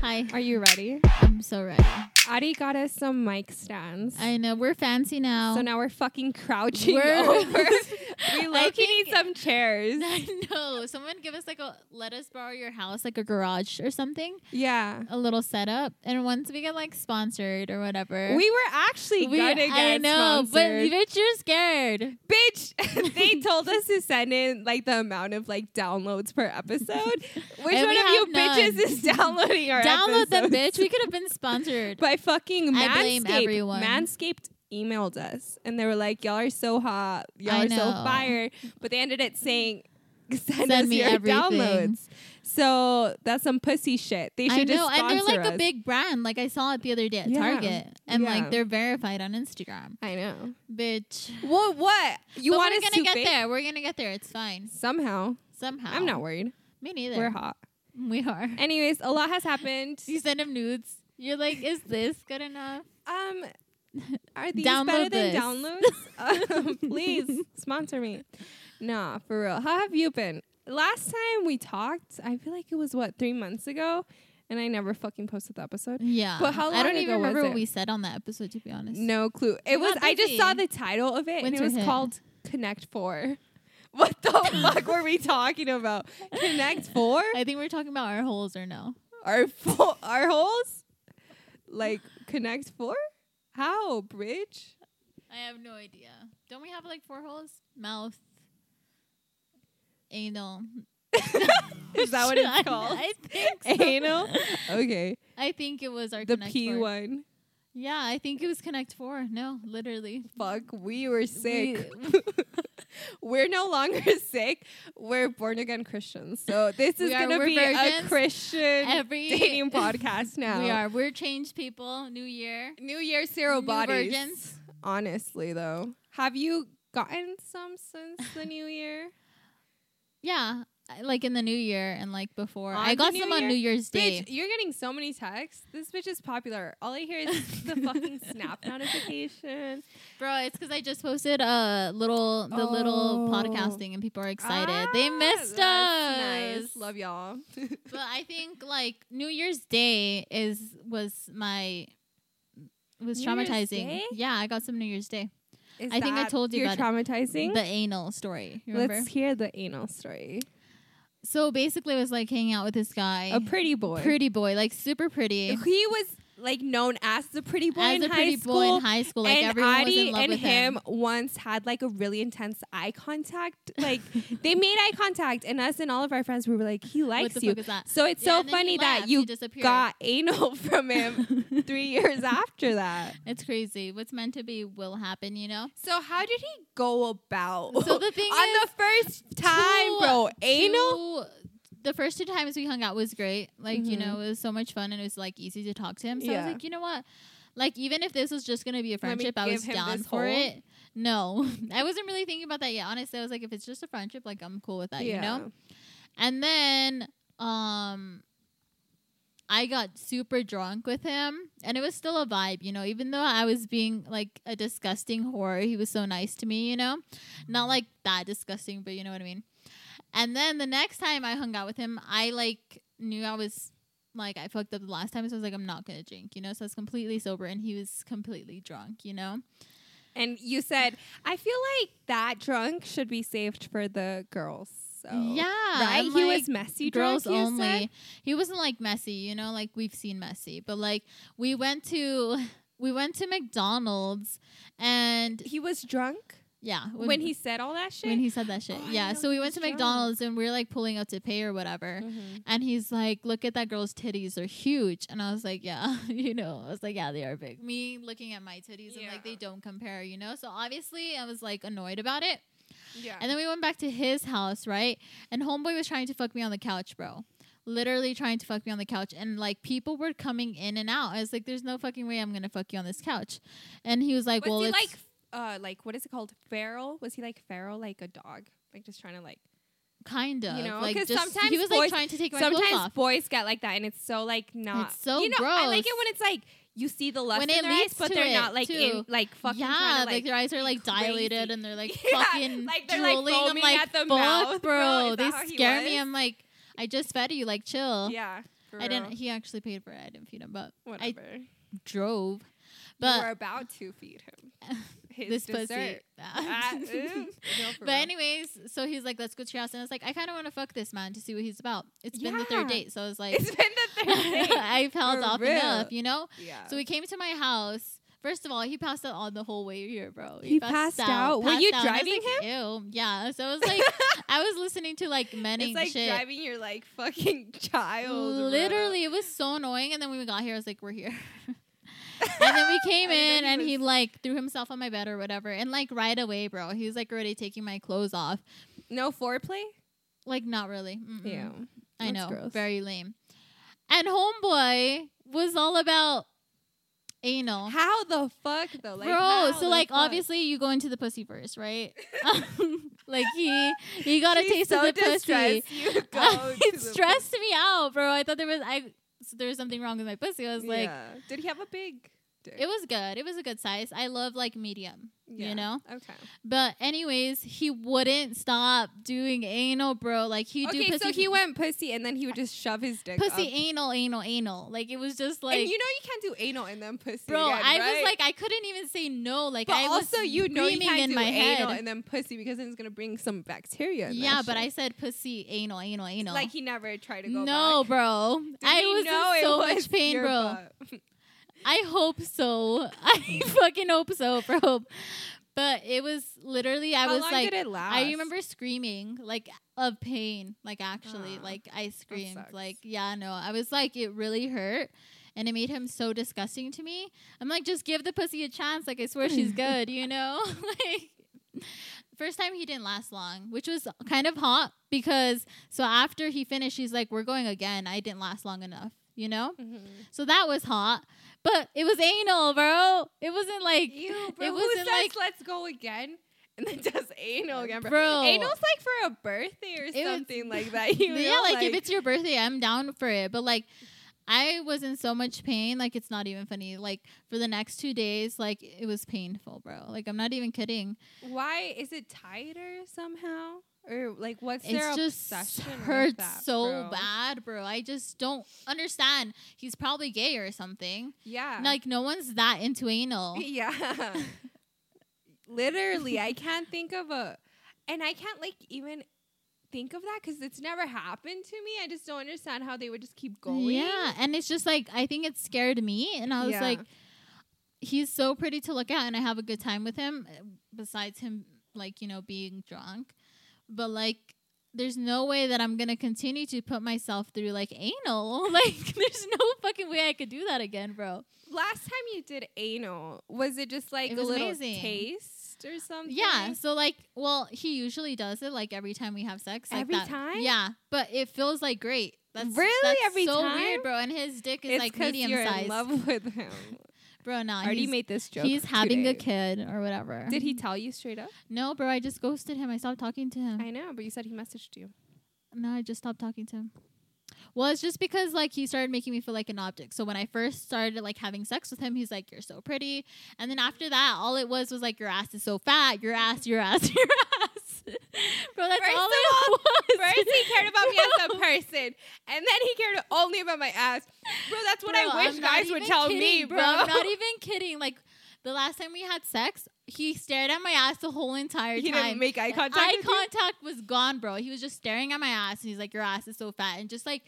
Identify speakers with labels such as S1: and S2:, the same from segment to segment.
S1: Hi.
S2: Are you ready?
S1: I'm so ready.
S2: Adi got us some mic stands.
S1: I know we're fancy now.
S2: so now we're fucking crouching
S1: We're-
S2: over. we
S1: I
S2: low key
S1: think-
S2: need some chairs.
S1: I know. Someone give us like a let us borrow your house, like a garage or something,
S2: Yeah.
S1: a little setup. And once we get like sponsored or whatever,
S2: We were actually
S1: we-
S2: gonna get
S1: I know,
S2: sponsored.
S1: but bitch, you're scared.
S2: bitch, they told us to send in like the amount of like downloads per episode. Which
S1: And
S2: one
S1: we
S2: of you
S1: have none.
S2: bitches is downloading our
S1: Download them,
S2: episodes?
S1: bitch. We could have been sponsored.
S2: by fucking Manscaped.
S1: I blame everyone.
S2: Manscaped emailed us and they were like, "Y'all are so hot, y'all
S1: I
S2: are so
S1: know.
S2: fire," but they ended it saying, "Send, us
S1: Send me
S2: your
S1: everything.
S2: downloads." So that's some pussy shit. They
S1: I
S2: should
S1: know,
S2: just
S1: and
S2: sponsor
S1: they're like
S2: us.
S1: a big brand. Like I saw it the other day at
S2: Yeah.
S1: Target, and
S2: Yeah.
S1: like they're verified on Instagram,
S2: I know.
S1: bitch.
S2: Well, what you
S1: But
S2: want
S1: we're
S2: us
S1: gonna
S2: to
S1: get
S2: fake-
S1: there. We're gonna get there. It's fine.
S2: Somehow,
S1: Somehow.
S2: I'm not worried.
S1: Me neither.
S2: We're hot.
S1: We are.
S2: Anyways, a lot has happened.
S1: You send him nudes. You're like, is this good enough?
S2: Um, are these
S1: Download
S2: better than
S1: this.
S2: downloads? um, please sponsor me. Nah, for real. How have you been? Last time we talked, I feel like it was what three months ago, and I never fucking posted the episode.
S1: Yeah.
S2: But how
S1: I don't
S2: long ago
S1: even
S2: was
S1: remember
S2: it?
S1: what we said on that episode, to be honest.
S2: No clue. It
S1: You
S2: was.
S1: got
S2: I just saw the
S1: busy.
S2: title of it, and it
S1: Winter
S2: was
S1: hit.
S2: called Connect Four. What the fuck were we talking about? Connect Four?
S1: I think we're talking about our holes or no.
S2: Our fo- our holes? Like Connect Four? How bridge?
S1: I have no idea. Don't we have like four holes? Mouth, anal.
S2: Is that what it's
S1: I-
S2: called?
S1: I, think so.
S2: Anal? Okay.
S1: I think it was our
S2: the
S1: Connect
S2: P
S1: Four.
S2: one.
S1: Yeah, I think it was Connect Four. No, literally.
S2: Fuck, we were sick. We, are no longer sick. We're born again Christians. So this
S1: We
S2: is
S1: are-
S2: gonna
S1: we're
S2: be a
S1: virgins.
S2: Christian
S1: Every-
S2: dating podcast now.
S1: We are. We're changed people. New year.
S2: New Year zero
S1: New
S2: bodies.
S1: virgins.
S2: Honestly though. Have you gotten some since the new year?
S1: Yeah, I- like in the new year and like before.
S2: On
S1: I
S2: the
S1: got
S2: new
S1: some on
S2: year?
S1: New Year's Day.
S2: Bitch, you're getting so many texts. This bitch is popular. All I hear is the fucking snap notification.
S1: Bro, it's because I just posted a little the little
S2: Oh.
S1: podcasting and people are excited. they
S2: Ah,
S1: missed
S2: that's
S1: us.
S2: Nice. Love y'all.
S1: But I think like New Year's Day is was my was
S2: New Year's
S1: traumatizing.
S2: Day?
S1: Yeah, I got some New Year's Day.
S2: Is
S1: I think I
S2: that
S1: told you
S2: you're
S1: about
S2: traumatizing.
S1: The anal story. you Remember?
S2: Let's hear the anal story.
S1: so basically, it was like hanging out with this guy,
S2: A pretty boy.
S1: Eh. pretty boy, like super pretty.
S2: he was like known as the pretty boy
S1: As
S2: in
S1: a
S2: high
S1: pretty
S2: school.
S1: boy in high school, like
S2: and
S1: everyone was
S2: Adi
S1: in love
S2: and
S1: with
S2: him, once had like a really intense eye contact. Like they made eye contact, and us and all of our friends we were like, "He
S1: What
S2: likes
S1: the
S2: you."
S1: fuck is that?
S2: So it's
S1: Yeah,
S2: so
S1: and then he
S2: funny that
S1: left. He
S2: you
S1: disappeared.
S2: got anal from him three years after that.
S1: It's crazy. What's meant to be will happen, you know?
S2: So how did he go about?
S1: So the thing
S2: on the first time,
S1: two-
S2: bro, anal.
S1: two- the first two times we hung out was great. Like, you
S2: Mhm.
S1: know, it was so much fun and it was like easy to talk to him. So I
S2: Yeah.
S1: was like, you know what? Like, even if this was just gonna be a
S2: Let me
S1: friendship, I
S2: give
S1: was
S2: him
S1: down
S2: this
S1: for
S2: hole.
S1: it. No, I wasn't really thinking about that yet. Honestly, I was like, if it's just a friendship, like I'm cool with that, you know? And then um I got super drunk with him and it was still a vibe, you know, even though I was being like a disgusting whore, he was so nice to me, you know. Not like that disgusting, but you know what I mean. And then the next time I hung out with him, I like knew I was like I fucked up the last time, so I was like, I'm not gonna drink, you know. So I was completely sober and he was completely drunk, you know.
S2: And you said, I feel like that drunk should be saved for the girls. So
S1: yeah.
S2: Right?
S1: I'm
S2: Oh, he
S1: like-
S2: was messy
S1: girls
S2: drunk, you
S1: only.
S2: said?
S1: He wasn't like messy, you know, like we've seen messy, but like we went to we went to McDonald's and
S2: He was drunk
S1: yeah,
S2: when, he said all that shit.
S1: when he said that shit.
S2: Oh, I
S1: yeah,
S2: know
S1: so we
S2: he
S1: went
S2: was
S1: to
S2: drunk. Mm-hmm.
S1: McDonald's and we were like pulling up to pay or whatever. And he's like, "Look at that girl's titties; they're huge." And I was like, "Yeah, you know." I was like, "Yeah, they are big." Me looking at my titties, and like
S2: Yeah.
S1: they don't compare, you know. So obviously, I was like annoyed about it.
S2: yeah.
S1: And then we went back to his house, right? And homeboy was trying to fuck me on the couch, bro. Literally trying to fuck me on the couch. And like people were coming in and out. I was like, there's no fucking way I'm gonna fuck you on this couch. And he was like,
S2: was
S1: Well,
S2: he
S1: it's
S2: like, uh, like what is it called? Feral? Was he like feral, like a dog? Like just trying to like.
S1: kind of
S2: you know,
S1: like
S2: 'cause
S1: just
S2: sometimes
S1: he was
S2: boys-
S1: like trying to take my clothes
S2: Sometimes
S1: off.
S2: boys get like that, and it's so like not.
S1: It's so
S2: you know, I like it
S1: gross.
S2: when it's like you see the lust
S1: When
S2: in
S1: it
S2: their eyes,
S1: leads
S2: but
S1: to
S2: they're
S1: it,
S2: not like in
S1: too.
S2: like fucking. trying
S1: yeah,
S2: to,
S1: like, their eyes are
S2: be
S1: like dilated
S2: crazy.
S1: and they're like
S2: Yeah,
S1: fucking
S2: like, they're, like,
S1: drooling. I'm
S2: foaming
S1: like,
S2: at the
S1: fuck,
S2: mouth, bro.
S1: bro.
S2: Is
S1: They
S2: that how he
S1: scare me.
S2: was?
S1: I'm like, I just fed you. Like, chill.
S2: Yeah.
S1: I didn't. He actually paid for it. I didn't feed him, but
S2: Whatever.
S1: drove.
S2: you were
S1: But
S2: about to feed him his
S1: this
S2: dessert.
S1: pussy.
S2: Ah, ooh. No, for
S1: but
S2: real.
S1: anyways, so he's like, "Let's go to your house," and I was like, "I kind of want to fuck this man to see what he's about." It's been the third
S2: Yeah.
S1: date, so I was like,
S2: it's been the third date.
S1: "I've held
S2: For
S1: off
S2: real.
S1: enough," you know.
S2: yeah.
S1: So he came to my house. First of all, he passed out all the whole way here, bro.
S2: He passed out? Were you
S1: and I was
S2: driving
S1: like, Ew. Yeah. So I was like, I was listening to like men
S2: it's
S1: and
S2: like
S1: shit.
S2: driving your like fucking child. bro.
S1: Literally, it was so annoying. And then when we got here, I was like, we're here. and then we came
S2: I bet
S1: in
S2: he
S1: and he
S2: was-
S1: like threw himself on my bed or whatever. And like right away, bro, he was like already taking my clothes off.
S2: no foreplay.
S1: Like, not really. Mm-mm.
S2: Yeah.
S1: I know.
S2: That's gross.
S1: Very lame. And Homeboy was all about anal.
S2: How the fuck though? Like,
S1: Bro,
S2: how
S1: so
S2: the
S1: like
S2: fuck?
S1: obviously you go into the pussy first, right? like he he got a
S2: She's
S1: taste
S2: so
S1: of the pussy.
S2: distressed, You go to
S1: it
S2: the
S1: stressed me out, bro. I thought there was I so there was something wrong with my pussy. I was like,
S2: Yeah. did he have a big? Dick?
S1: it was good. It was a good size. I love like medium,
S2: Yeah.
S1: you know.
S2: Okay.
S1: But anyways, he wouldn't stop doing anal, bro. Like he would do
S2: okay,
S1: pussy.
S2: so he went pussy, and then he would just shove his dick.
S1: pussy
S2: up.
S1: anal, anal, anal. Like it was just like.
S2: and you know you can't do anal and then pussy.
S1: Bro,
S2: again,
S1: I
S2: right?
S1: was like, I couldn't even say no. Like,
S2: But
S1: I was
S2: also, you know you
S1: screaming
S2: can't
S1: in
S2: do
S1: my
S2: anal
S1: head.
S2: and then pussy because then it's gonna bring some bacteria. in
S1: Yeah,
S2: that
S1: but I
S2: shit.
S1: said pussy, anal, anal, anal.
S2: like he never tried to go.
S1: no,
S2: back.
S1: bro.
S2: Did
S1: I
S2: he
S1: was
S2: know
S1: in
S2: it
S1: so
S2: was
S1: much pain,
S2: your
S1: bro.
S2: butt?
S1: I hope so. I fucking hope so, bro. But it was literally, I
S2: How
S1: was
S2: long
S1: like,
S2: did it last?
S1: I remember screaming like of pain, like actually,
S2: Ah,
S1: like I screamed,
S2: sucks.
S1: like yeah, no, I was like it really hurt, and it made him so disgusting to me. I'm like, just give the pussy a chance, like I swear she's good, you know, like. First time he didn't last long, which was kind of hot because so after he finished, he's like, "We're going again." I didn't last long enough, you know.
S2: Mhm.
S1: So that was hot, but it was anal, bro. It wasn't like
S2: Ew, bro,
S1: it
S2: who
S1: wasn't
S2: says
S1: like
S2: let's go again? And then does anal again, bro.
S1: Bro.
S2: Anal's like for a birthday or
S1: was-
S2: something like that. You
S1: But
S2: know?
S1: yeah, like, if it's your birthday, I'm down for it. But like, I was in so much pain, like it's not even funny. Like for the next two days, like it was painful, bro. Like I'm not even kidding.
S2: why is it tighter somehow, or like what's their
S1: it's just
S2: obsession? with
S1: hurts
S2: that,
S1: so
S2: bro?
S1: bad, bro. I just don't understand. He's probably gay or something.
S2: Yeah,
S1: Like no one's that into anal.
S2: Yeah. Literally, I can't think of a, and I can't like even think of that because it's never happened to me. I just don't understand how they would just keep going.
S1: Yeah, and it's just like I think it scared me, and I was
S2: Yeah.
S1: like, he's so pretty to look at, and I have a good time with him. uh, Besides him, like you know, being drunk, but like. There's no way that I'm gonna continue to put myself through like anal. Like, there's no fucking way I could do that again, bro.
S2: Last time you did anal, was it just like
S1: It
S2: a
S1: was
S2: little
S1: amazing.
S2: taste or something?
S1: Yeah. So like, well, he usually does it like every time we have sex. Like
S2: Every
S1: that.
S2: time?
S1: Yeah, but it feels like great. That's
S2: Really?
S1: that's
S2: Every
S1: so
S2: time?
S1: weird, bro. And his dick is
S2: It's
S1: like
S2: 'cause
S1: medium
S2: you're
S1: sized,
S2: in love with him.
S1: bro. Nah,
S2: I already
S1: he's
S2: made this joke.
S1: He's having a
S2: today.
S1: kid or whatever.
S2: Did he tell you straight up?
S1: No, bro. I just ghosted him. I stopped talking to him.
S2: I know, but you said he messaged you.
S1: no, I just stopped talking to him. Well, it's just because like he started making me feel like an object. So when I first started like having sex with him, he's like, "You're so pretty," and then after that, all it was was like, "Your ass is so fat. Your ass. Your ass. Your ass." bro, that's
S2: First
S1: all
S2: of
S1: it
S2: all-
S1: was.
S2: First, he cared about me as a person, and then he cared only about my ass. Bro, that's what
S1: Bro,
S2: I wish
S1: I'm not
S2: guys would
S1: even
S2: tell me,
S1: kidding,
S2: bro.
S1: I'm not even kidding. Like the last time we had sex, he stared at my ass the whole ententire
S2: he
S1: time.
S2: didn't make eye contact.
S1: eye
S2: with you?
S1: contact was gone, bro. He was just staring at my ass, and he's like, "Your ass is so fat," and just like,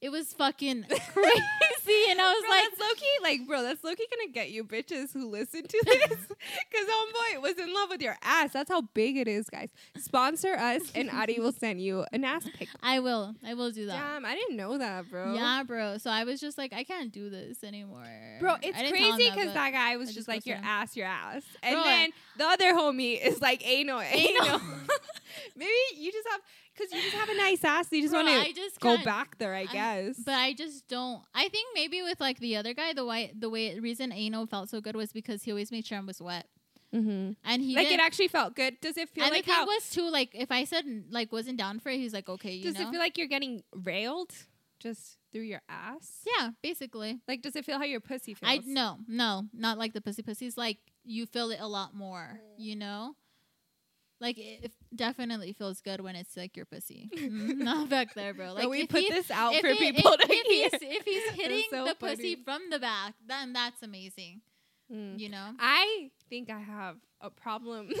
S1: it was fucking crazy. And I was
S2: Bro,
S1: like,
S2: that's Loki, like, bro, that's Loki gonna get you bitches who listen to this. Cause homeboy was in love with your ass. That's how big it is, guys. Sponsor us and Adi will send you an ass pic.
S1: "I will, I will do that."
S2: Damn, I didn't know that, bro.
S1: Yeah, bro. So I was just like, I can't do this anymore,
S2: Bro,
S1: I didn't
S2: it's
S1: tell him
S2: crazy because
S1: but-
S2: that, guy was
S1: I
S2: just,
S1: just
S2: like your
S1: listened.
S2: ass, your ass, and
S1: Bro, I-
S2: then the other homie is like anal,
S1: Anal.
S2: anal. Maybe you just have because you just have a nice ass. So you just
S1: Bro,
S2: want
S1: I
S2: to
S1: just
S2: go
S1: can't-
S2: back there, I
S1: I-
S2: guess.
S1: But I just don't. I think maybe with like the other guy, the way the way reason anal felt so good was because he always made sure I was wet,
S2: mm-hmm.
S1: and he
S2: like
S1: didn't,
S2: it actually felt good. Does it feel
S1: and
S2: like
S1: the thing
S2: how?
S1: was too like if I said like wasn't down for it, he's like, okay, you
S2: Does
S1: know,
S2: it feel like you're getting railed just through your ass?
S1: yeah, basically.
S2: Like, does it feel how your pussy feels?
S1: I no,
S2: Mm.
S1: no, not like the pussy pussy's like you feel it a lot more, you know? Like it it definitely feels good when it's like your pussy. Mm, Not back there, bro. Like
S2: Like we
S1: if
S2: put
S1: he-
S2: this out
S1: if
S2: for
S1: it-
S2: people
S1: if,
S2: to
S1: if
S2: hear.
S1: He's, if he's hitting
S2: so
S1: the
S2: funny.
S1: pussy from the back, then that's amazing.
S2: Mm.
S1: You know?
S2: I think I have a problem,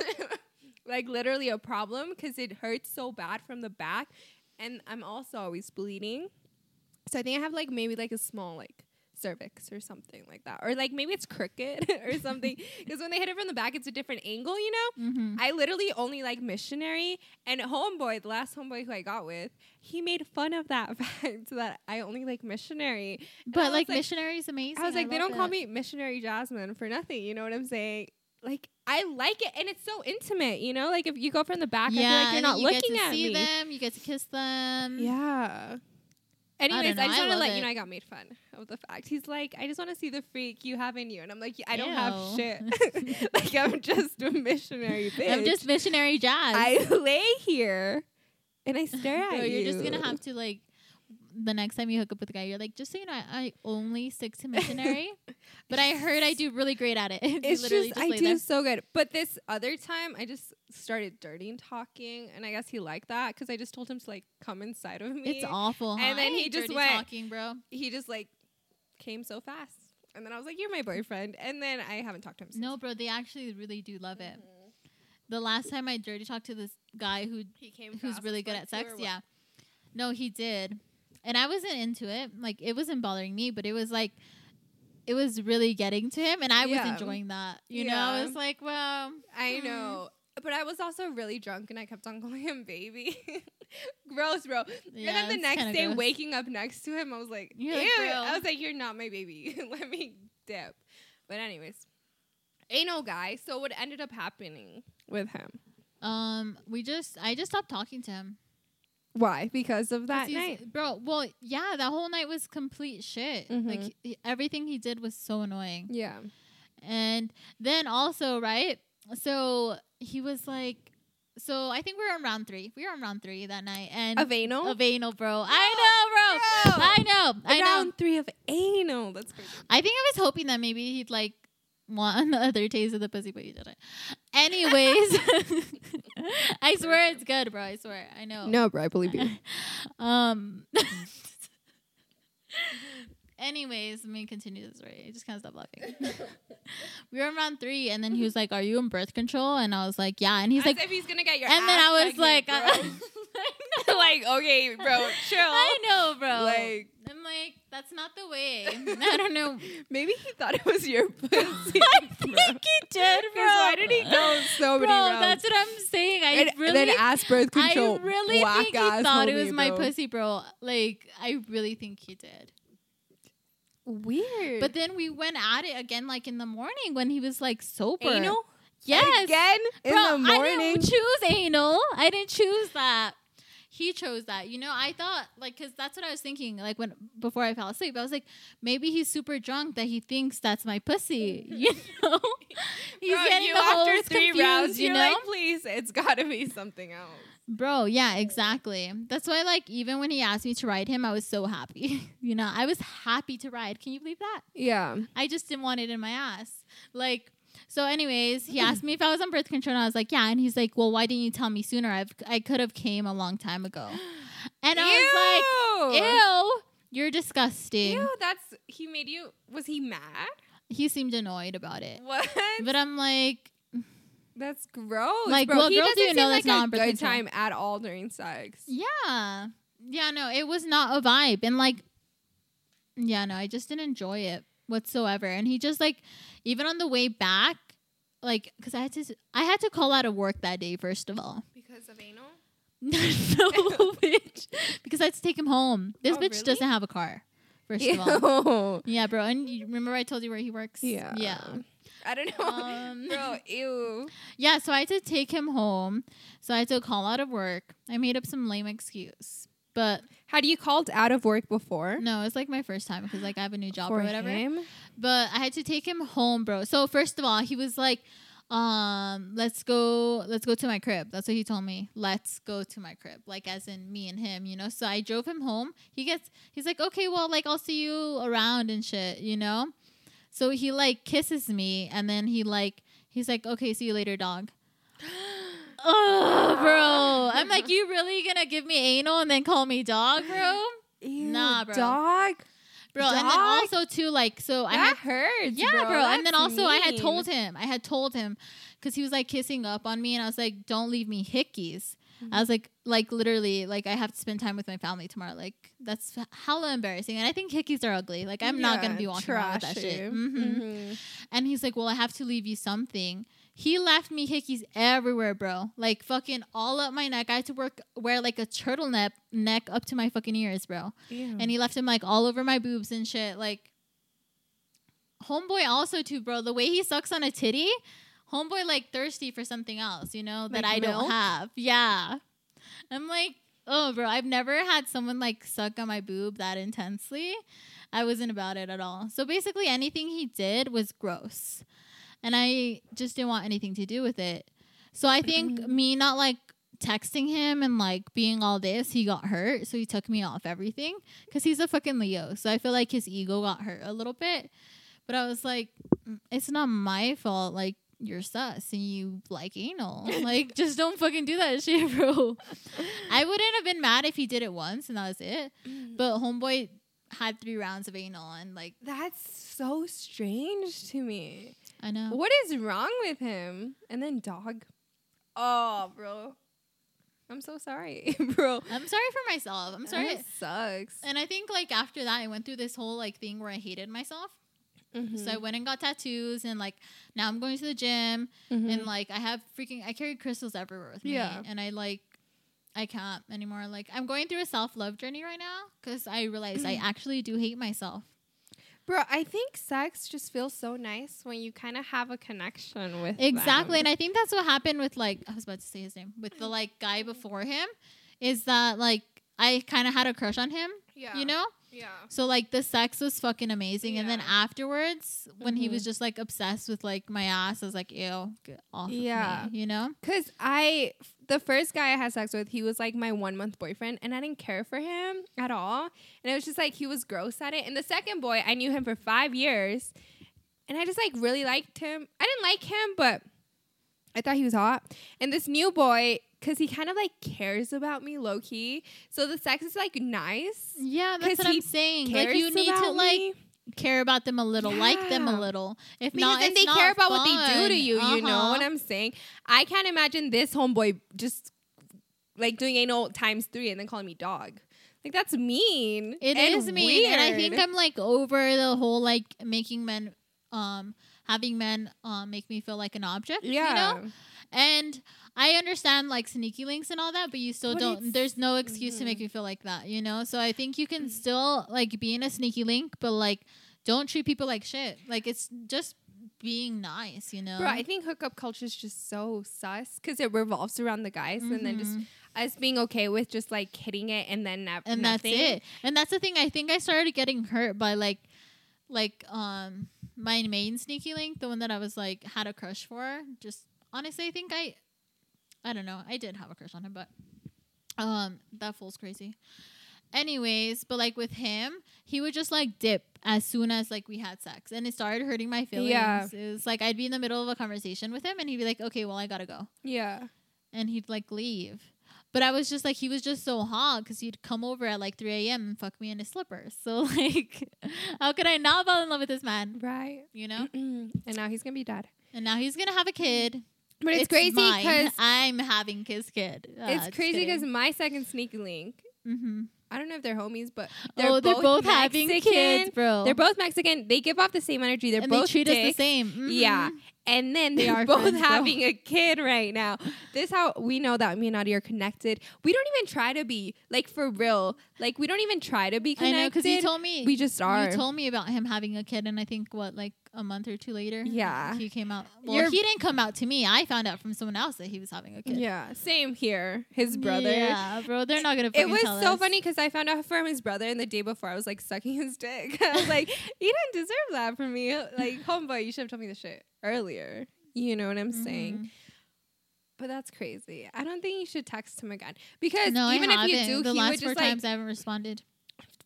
S2: like literally a problem, because it hurts so bad from the back, and I'm also always bleeding. So I think I have like maybe like a small like cervix or something like that, or like maybe it's crooked or something. Because when they hit it from the back, it's a different angle, you know.
S1: Mm-hmm.
S2: I literally only like missionary and homeboy, the last homeboy who I got with, he made fun of that fact that I only like missionary. And I
S1: But
S2: was
S1: like, missionary is amazing.
S2: I was like, they
S1: love
S2: don't call
S1: it.
S2: me missionary Jasmine for nothing. You know what I'm saying? Like, I like it, and it's so intimate. You know, like if you go from the back, I feel like you're
S1: and
S2: not
S1: you
S2: looking
S1: get to
S2: at
S1: see
S2: me.
S1: them. You get to kiss them.
S2: Yeah. Anyways,
S1: know, I
S2: I, just want to
S1: love
S2: let
S1: it.
S2: you know I got made fun of the fact. He's like, I just want to see the freak you have in you, and I'm like, I don't have
S1: Ew.
S2: shit. like I'm just a missionary bitch.
S1: I'm just missionary jazz.
S2: I lay here and I stare at
S1: Bro,
S2: you.
S1: you're just gonna have to like the next time you hook up with a guy, you're like, just so you know, I, I only stick to missionary, but I heard I do really great at it. You
S2: it's
S1: literally
S2: just, I
S1: lay
S2: do
S1: there.
S2: so good. But this other time, I just started dirty and talking, and I guess he liked that because I just told him to like come inside of me.
S1: It's awful. Huh?
S2: And
S1: I
S2: then he
S1: hate
S2: just
S1: dirty
S2: went-
S1: talking, bro.
S2: He just like came so fast, and then I was like, "You're my boyfriend," and then I haven't talked to him. Since.
S1: No, bro, they actually really do love it.
S2: Mm-hmm.
S1: The last time I dirty talked to this guy who
S2: he came.
S1: who's
S2: fast
S1: really
S2: as
S1: good
S2: fuck
S1: at
S2: too,
S1: sex.
S2: or what?
S1: Yeah. No, he did. And I wasn't into it. Like it wasn't bothering me, but it was like it was really getting to him and I
S2: Yeah.
S1: was enjoying that. You know, I
S2: Yeah.
S1: was like, well,
S2: I
S1: Mm.
S2: know. But I was also really drunk and I kept on calling him baby. gross, bro.
S1: Yeah,
S2: and then
S1: it's
S2: the next
S1: kinda
S2: day,
S1: gross.
S2: waking up next to him, I was like,
S1: You're
S2: ew.
S1: like,
S2: I
S1: girl.
S2: was like, you're not my baby. Let me dip. But, anyways, anal guy. So, what ended up happening with him?
S1: um we just I just stopped talking to him.
S2: Why? Because of
S1: 'Cause
S2: that
S1: he's-
S2: night.
S1: Bro, well, yeah, that whole night was complete shit.
S2: Mm-hmm.
S1: Like he- everything he did was so annoying.
S2: Yeah.
S1: And then also, right? So he was like, so I think we were on round three. We were on round three that night, and
S2: Of anal?
S1: of anal, bro. I know, bro.
S2: bro.
S1: I know. I know.
S2: Round three of anal. That's crazy.
S1: I think I was hoping that maybe he'd like want another taste of the pussy, but he didn't. Anyways, I swear it's good, bro. I swear. I know.
S2: bro, I believe you.
S1: Um. Anyways, let me continue this story. I just kind of stopped laughing. we were around three, and then he was like, "Are you in birth control?" And I was like, "Yeah." And he's
S2: As
S1: like,
S2: if he's going to get your
S1: and then
S2: ass
S1: I was like,
S2: pregnant, bro. like, okay, bro, chill.
S1: "I know, bro."
S2: Like,
S1: I'm like, "That's not the way." I don't know.
S2: Maybe he thought it was your pussy.
S1: I think he did, bro.
S2: why did he go so
S1: Bro,
S2: many rounds?
S1: that's what I'm saying. I
S2: and,
S1: really,
S2: and then ask birth control.
S1: I really
S2: whack
S1: think he
S2: ass
S1: thought it
S2: homie,
S1: was my
S2: bro.
S1: pussy, bro. Like, I really think he did.
S2: Weird.
S1: But then we went at it again, like in the morning when he was like sober.
S2: anal
S1: Yes.
S2: again in
S1: Bro,
S2: the morning.
S1: I didn't choose anal. I didn't choose that. He chose that. You know, I thought like because that's what I was thinking. Like when before I fell asleep, I was like, maybe he's super drunk that he thinks that's my pussy. You know, he's
S2: Bro,
S1: getting
S2: you
S1: the whole
S2: after
S1: confused.
S2: three rounds,
S1: you
S2: you're
S1: know,
S2: like, please, it's got to be something else.
S1: bro. Yeah, exactly. That's why like even when he asked me to ride him, I was so happy. you know, I was happy to ride. Can you believe that?
S2: Yeah.
S1: I just didn't want it in my ass. Like, so, anyways,
S2: Hmm.
S1: he asked me if I was on birth control, and I was like, yeah. And he's like, well, why didn't you tell me sooner? I've, I could have came a long time ago. And I was like, ew, you're disgusting.
S2: Ew, that's he made you. Was he mad?
S1: He seemed annoyed about it.
S2: What?
S1: But I'm like,
S2: That's gross.
S1: Like,
S2: bro.
S1: well,
S2: he
S1: girls
S2: doesn't
S1: do
S2: seem
S1: know
S2: like
S1: that's not
S2: a
S1: on birth
S2: good
S1: control.
S2: time at all during sex.
S1: yeah. Yeah, no, it was not a vibe. And like, yeah, no, I just didn't enjoy it whatsoever. And he just like, even on the way back, like, cause I had to, I had to call out of work that day, first of all.
S2: Because of anal.
S1: no, bitch. Because I had to take him home. This
S2: Oh,
S1: bitch
S2: really?
S1: doesn't have a car, first of all. Yeah, bro. And you remember I told you where he works?
S2: Yeah.
S1: Yeah.
S2: I don't know.
S1: Um,
S2: Bro, ew.
S1: Yeah, so I had to take him home. So I had to call out of work. I made up some lame excuse. But
S2: Had you called out of work before?
S1: no, it's like my first time because like I have a new job
S2: For
S1: or whatever.
S2: him?
S1: But I had to take him home, bro. So first of all, he was like, um, let's go let's go to my crib. That's what he told me. Let's go to my crib. Like as in me and him, you know. So I drove him home. He gets he's like, Okay, well, like I'll see you around and shit, you know? So he like kisses me and then he like he's like, Okay, see you later, dog. oh, bro. I'm like, you really gonna give me anal and then call me dog, bro?
S2: Ew,
S1: Nah, bro.
S2: Dog.
S1: Bro, and then
S2: Dog?
S1: also too, like, so I had
S2: that hurts.
S1: yeah, bro. And then
S2: That's
S1: also, I had
S2: mean.
S1: told him, I had told him, because he was like kissing up on me, and I was like, "Don't leave me hickeys." I was
S2: Mm-hmm.
S1: like, like literally, like I have to spend time with my family tomorrow. Like that's h- hella embarrassing. And I think hickeys are ugly. Like I'm not gonna
S2: Yeah,
S1: be walking around with that shit.
S2: trashy.
S1: Mhm.
S2: Mhm.
S1: And he's like, "Well, I have to leave you something." He left me hickeys everywhere, bro. Like fucking all up my neck. I had to work wear like a turtleneck neck up to my fucking ears, bro
S2: Ew.
S1: and he left him like all over my boobs and shit. Like, homeboy also too, bro. The way he sucks on a titty, homeboy like thirsty for something else, you know, that
S2: Like
S1: I
S2: milk?
S1: don't have. Yeah, I'm like, oh, bro. I've never had someone like suck on my boob that intensely. I wasn't about it at all. So basically, anything he did was gross, and I just didn't want anything to do with it. So I
S2: Mm.
S1: think me not like texting him and like being all this, he got hurt. So he took me off everything because he's a fucking Leo. So I feel like his ego got hurt a little bit. But I was like, "Mm, it's not my fault. Like, you're sus and you like anal. Like, just don't fucking do that shit, bro. I wouldn't have been mad if he did it once and that was it. But Homeboy had three rounds of anal and like,
S2: That's so strange to me.
S1: I know.
S2: What is wrong with him? And then dog. Oh, bro. I'm so sorry, bro.
S1: I'm sorry for myself. I'm sorry.
S2: That sucks.
S1: And I think like after that, I went through this whole like thing where I hated myself. So I went and got tattoos, and like now I'm going to the gym,
S2: Mm-hmm.
S1: and like I have freaking I carry crystals everywhere with me,
S2: Yeah.
S1: and I like I can't anymore. Like I'm going through a self love journey right now because I realize I actually do hate myself.
S2: bro, I think sex just feels so nice when you kind of have a connection with
S1: Exactly,
S2: them.
S1: and I think that's what happened with like I was about to say his name with the like guy before him, is that like I kind of had a crush on him,
S2: yeah,
S1: you know.
S2: Yeah,
S1: So like the sex was fucking amazing, and then
S2: Yeah.
S1: afterwards, when he
S2: Mhm.
S1: was just like obsessed with like my ass, I was like, "Ew, get off
S2: Yeah.
S1: of me," you know.
S2: because I the first guy I had sex with, he was like my one month boyfriend, and I didn't care for him at all, and it was just like he was gross at it. And the second boy, I knew him for five years, and I just like really liked him. I didn't like him, but I thought he was hot. And this new boy, because he kind of like cares about me low key, so the sex is like nice.
S1: Yeah, that's
S2: 'Cause
S1: what
S2: he
S1: I'm saying. Like
S2: Cares
S1: you need to
S2: about
S1: like
S2: me.
S1: care about them a little, like them a
S2: Yeah.
S1: little. If
S2: because
S1: not,
S2: then
S1: it's
S2: they care
S1: not
S2: about what they do to
S1: fun.
S2: you. You know
S1: Uh-huh.
S2: what I'm saying? I can't imagine this homeboy just like doing anal times three and then calling me dog. Like that's mean.
S1: It
S2: and
S1: is mean, and I think
S2: weird.
S1: I'm like over the whole like making men, um, having men, um, make me feel like an object. you know?
S2: yeah.
S1: And I understand like sneaky links and all that, but you still
S2: But
S1: don't.
S2: it's-
S1: There's no excuse to
S2: Mhm.
S1: make you feel like that, you know. So I think you
S2: Mm.
S1: can still like be in a sneaky link, but like don't treat people like shit. Like it's just being nice, you know.
S2: Bro, I think hookup culture is just so sus because it revolves around the guys and then just
S1: Mhm.
S2: us being okay with just like hitting it and then nav-
S1: and
S2: nothing.
S1: that's it. And that's the thing. I think I started getting hurt by like, like um my main sneaky link, the one that I was like had a crush for. Just honestly, I think I, I don't know. I did have a crush on him, but um that fool's crazy. Anyways, but like with him, he would just like dip as soon as like we had sex, and it started hurting my feelings.
S2: Yeah.
S1: It was like I'd be in the middle of a conversation with him, and he'd be like, "Okay, well, I gotta go."
S2: Yeah.
S1: and he'd like leave. But I was just like, he was just so hot because he'd come over at like 3 a.m. and fuck me in his slippers. So, like, how could I not fall in love with this man?
S2: Right.
S1: You know?
S2: and now he's gonna be dead.
S1: And now he's going to have a kid.
S2: But it's, crazy
S1: mine.
S2: because
S1: I'm having his kid. Uh,
S2: it's crazy because my second sneaky link
S1: hmm
S2: I don't know if they're homies, but
S1: they're
S2: they're
S1: oh,
S2: both
S1: they're both having
S2: Mexican.
S1: kids, bro.
S2: They're both Mexican. They give off the same energy. They're
S1: and
S2: both
S1: they treat us
S2: dicks.
S1: the same. Mhm.
S2: Yeah, and then
S1: They
S2: they're
S1: are
S2: both
S1: friends, bro.
S2: having a kid right now. This how we know that me and Adi are connected. We don't even try to be like for real. Like we don't even try to be
S1: I
S2: connected.
S1: know because you told me
S2: we just are.
S1: You told me about him having a kid, and I think what like a month or two later,
S2: Yeah.
S1: he came out. Well,
S2: You're-
S1: he didn't come out to me. I found out from someone else that he was having a kid.
S2: yeah, same here. His brother.
S1: Yeah, bro, they're not gonna.
S2: It
S1: fucking
S2: was
S1: tell
S2: so
S1: us.
S2: funny because I found out from his brother, and the day before I was like sucking his dick. I was like, "You didn't deserve that from me, like homeboy. You should have told me the shit earlier." You know what I'm saying?
S1: Mhm.
S2: But that's crazy. I don't think you should text him again because
S1: No,
S2: even
S1: I
S2: if you
S1: haven't.
S2: do,
S1: the
S2: he
S1: last
S2: would
S1: four
S2: just like
S1: times I haven't responded.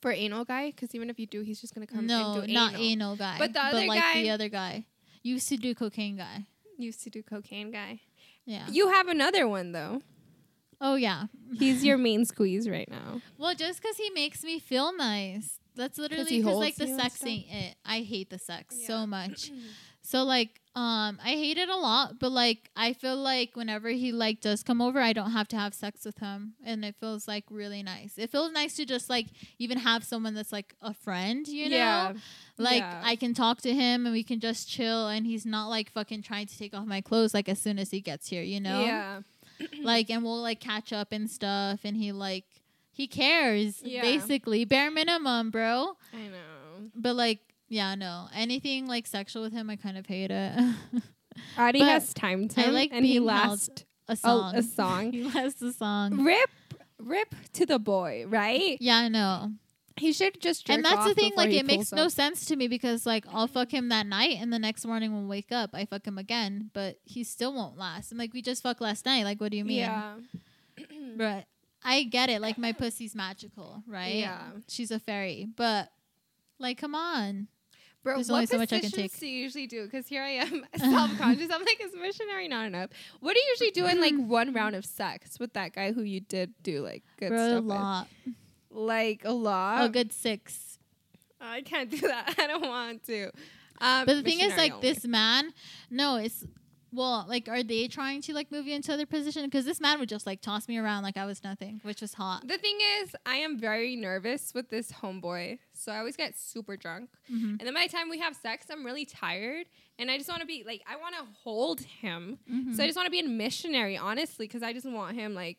S2: for anal guy. Because even if you do, he's just gonna come
S1: No,
S2: and do
S1: not
S2: anal.
S1: anal guy,
S2: But the other
S1: like
S2: guy-
S1: the other guy used to do cocaine guy.
S2: Used to do cocaine guy,
S1: Yeah.
S2: You have another one though.
S1: Oh yeah.
S2: He's your main squeeze right now.
S1: Well, just because he makes me feel nice. That's literally
S2: he
S1: because
S2: holds
S1: like the
S2: you and
S1: sex
S2: stuff?
S1: ain't it. I hate the sex
S2: Yeah.
S1: so much. So like um I hate it a lot, but like I feel like whenever he like does come over, I don't have to have sex with him and it feels like really nice. It feels nice to just like even have someone that's like a friend, you know? Like
S2: Yeah.
S1: I can talk to him and we can just chill and he's not like fucking trying to take off my clothes like as soon as he gets here, you know?
S2: Yeah. Mm-hmm.
S1: Like and we'll like catch up and stuff and he like he cares
S2: Yeah.
S1: basically bare minimum, bro.
S2: I know.
S1: But like, yeah, no. Anything like sexual with him, I kind of hate it.
S2: Oh, Adi
S1: But
S2: has timed him
S1: like
S2: and he
S1: being held
S2: last
S1: a song.
S2: Oh, a song.
S1: he loves the song.
S2: rip rip to the boy, right?
S1: Yeah, I know.
S2: He should just jerk
S1: and that's the
S2: off
S1: thing.
S2: before
S1: Like,
S2: he
S1: it makes
S2: pulls
S1: no
S2: up.
S1: sense to me because like I'll fuck him that night, and the next morning when we wake up, I fuck him again, but he still won't last. I'm like, we just fucked last night. Like, what do you mean?
S2: Yeah. Mm.
S1: But I get it. Like, my pussy's magical, right?
S2: Yeah.
S1: She's a fairy, but like, come on.
S2: Bro,
S1: There's
S2: what
S1: only so much I can
S2: positions
S1: take.
S2: do you usually do? Because here I am, self-conscious. I'm like, is missionary not enough? What do you usually do in like
S1: Mm.
S2: one round of sex with that guy who you did do like good
S1: Bro, a
S2: stuff
S1: lot.
S2: with? Like a lot.
S1: a good six.
S2: I can't do that. I don't want to. Um,
S1: But the thing is,
S2: missionary
S1: like
S2: only.
S1: this man, no, it's well, like are they trying to like move you into other position? Because this man would just like toss me around like I was nothing, which was hot.
S2: The thing is, I am very nervous with this homeboy, so I always get super drunk.
S1: Mhm.
S2: And then by the time we have sex, I'm really tired, and I just want to be like, I want to hold him. So I just want to be a missionary, honestly, because I just want him like,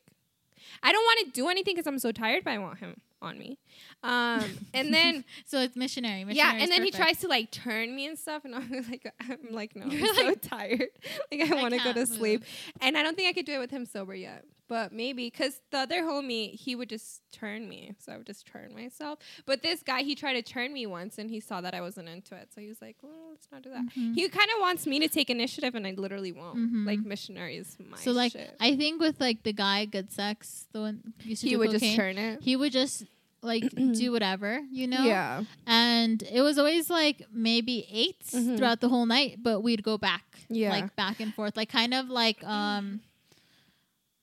S2: I don't want to do anything because I'm so tired, but I want him on me. Um, and then
S1: So it's missionary.
S2: yeah,
S1: missionary
S2: and
S1: is
S2: then he
S1: perfect.
S2: tries to like turn me and stuff, and I'm like, I'm like, no,
S1: You're
S2: I'm so tired. Like I
S1: I
S2: want to go
S1: can't
S2: to
S1: move.
S2: sleep, and I don't think I could do it with him sober yet. But maybe because the other homie, he would just turn me, so I would just turn myself. But this guy, he tried to turn me once, and he saw that I wasn't into it, so he was like, well, let's not do that.
S1: Mhm.
S2: He kind of wants me to take initiative, and I literally won't.
S1: Mhm.
S2: Like missionary is my
S1: So like
S2: shit.
S1: I think with like the guy good sex, the one who used to
S2: he
S1: do
S2: would just
S1: cocaine,
S2: turn it.
S1: He would just like do whatever you know.
S2: Yeah,
S1: And it was always like maybe 8
S2: Mhm.
S1: throughout the whole night, but we'd go back.
S2: Yeah.
S1: Like back and forth. Like kind of like um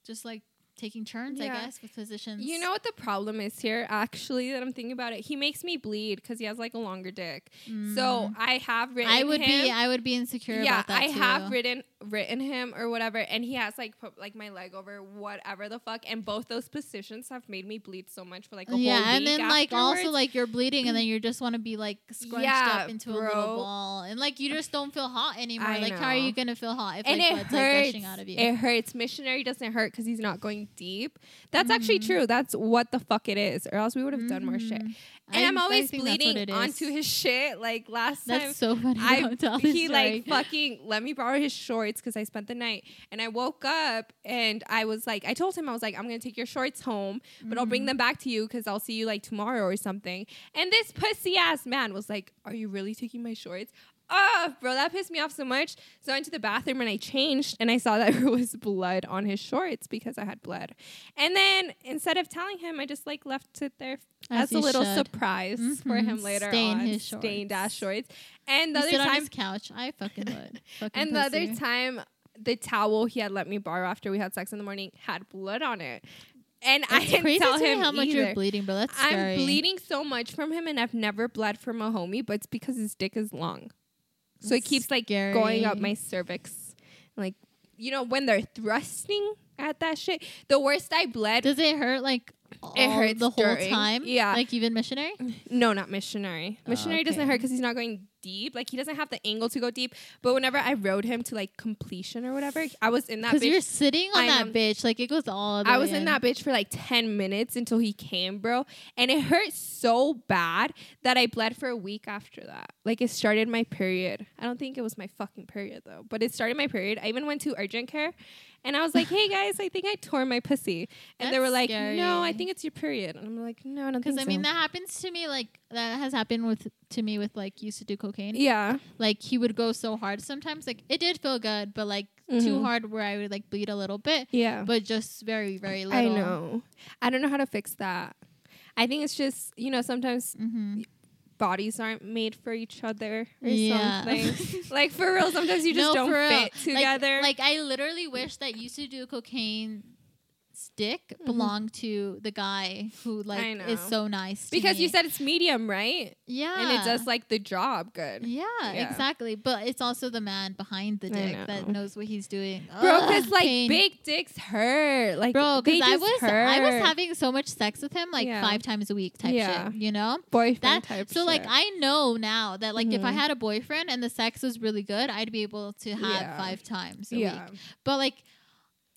S1: just like taking turns, I
S2: Yeah.
S1: guess, with positions.
S2: You know what the problem is here, actually, that I'm thinking about it? He makes me bleed because he has like a longer dick. So
S1: Mm.
S2: I have written
S1: I would
S2: him-
S1: be I would be insecure
S2: yeah,
S1: about that.
S2: I have
S1: too.
S2: written written him or whatever, and he has like put like my leg over whatever the fuck, and both those positions have made me bleed so much for like a
S1: yeah,
S2: whole
S1: and
S2: week
S1: then like also
S2: afterwards. Mm-hmm.
S1: like you're bleeding, and then you just want to be like scrunched
S2: Yeah,
S1: up into a
S2: bro.
S1: little ball, and like you just don't feel hot anymore.
S2: I
S1: like how are you
S2: know.
S1: gonna feel hot if
S2: and
S1: like
S2: it
S1: blood's like
S2: hurts.
S1: gushing out of you?
S2: It hurts. Missionary doesn't hurt because he's not going deep. That's actually
S1: Mm.
S2: true. That's what the fuck it is, or else we would have done more shit.
S1: Mhm.
S2: And I'm
S1: I
S2: always
S1: think that's what
S2: bleeding
S1: it is.
S2: onto his shit. Like last time,
S1: That's so funny.
S2: I
S1: don't tell this
S2: he like
S1: story.
S2: fucking let me borrow his shorts because I spent the night and I woke up and I was like I told him I was like I'm gonna take your shorts home but I'll
S1: Mm.
S2: bring them back to you because I'll see you like tomorrow or something and this pussy ass man was like are you really taking my shorts oh bro that pissed me off so much so I went to the bathroom and I changed and I saw that there was blood on his shorts because I had blood and then instead of telling him I just like left it there
S1: As
S2: as, a
S1: you
S2: little
S1: should.
S2: surprise for
S1: Mhm.
S2: him later
S1: Stain
S2: on
S1: his
S2: stained ass shorts and the
S1: You
S2: other
S1: sit
S2: time
S1: on his couch. I fucking would. Fucking
S2: and the other
S1: pussy.
S2: time, the towel he had let me borrow after we had sex in the morning had blood on it, and I
S1: It's
S2: didn't
S1: crazy
S2: tell
S1: to me
S2: him
S1: how much
S2: either.
S1: you're bleeding, but that's scary.
S2: I'm bleeding so much from him, and I've never bled from a homie, but it's because his dick is long, so it
S1: That's
S2: keeps like going up
S1: scary.
S2: my cervix, like you know when they're thrusting at that shit. The worst I bled.
S1: Does it hurt like all
S2: hurts
S1: the whole
S2: during-
S1: time?
S2: yeah.
S1: like even missionary.
S2: No, not missionary.
S1: Oh,
S2: Missionary doesn't
S1: okay.
S2: hurt because he's not going deep. Like he doesn't have the angle to go deep. But whenever I rode him to like completion or whatever, I was in that.
S1: Because
S2: bitch
S1: you're sitting on
S2: I
S1: that
S2: know.
S1: bitch, like it goes all. The
S2: I
S1: way
S2: was in that bitch for like 10 minutes until he came, bro. And it hurt so bad that I bled for a week after that. Like it started my period. I don't think it was my fucking period though, but it started my period. I even went to urgent care and I was like, hey guys, I think I tore my pussy. And they
S1: That's
S2: were like, no, I
S1: scary.
S2: think it's your period. And I'm like, no, I don't think
S1: Because I mean,
S2: so."
S1: that happens to me. Like that has happened with to me with like used to do cocaine.
S2: yeah.
S1: Like he would go so hard sometimes. Like it did feel good, but like
S2: Mhm.
S1: too hard where I would like bleed a little bit,
S2: Yeah.
S1: but just very very
S2: I
S1: little.
S2: know. I don't know how to fix that. I think it's just, you know, sometimes
S1: hmm
S2: bodies aren't made for each other or
S1: Yeah.
S2: something. like for real, sometimes you just
S1: No,
S2: don't
S1: for real.
S2: fit together.
S1: Like, like, I literally wish that used to do cocaine stick belonged to the guy who like
S2: Mm-hmm. I
S1: is
S2: know.
S1: so nice. to
S2: because you
S1: me.
S2: said it's medium, right?
S1: yeah,
S2: And it does like the job good.
S1: Yeah,
S2: Yeah.
S1: exactly. But it's also the man behind the
S2: I
S1: dick that
S2: know.
S1: knows what he's doing.
S2: Bro, because
S1: Ugh,
S2: like
S1: pain.
S2: big dicks hurt. Like
S1: bro,
S2: they
S1: because I
S2: just
S1: was
S2: hurt.
S1: I was having so much sex with him like
S2: Yeah.
S1: five times a week type
S2: Yeah.
S1: shit. You know
S2: boyfriend
S1: that.
S2: type.
S1: so like
S2: shit.
S1: I know now that like if I
S2: Mhm.
S1: had a boyfriend and the sex was really good, I'd be able to have
S2: Yeah.
S1: five times a week.
S2: yeah,
S1: But like,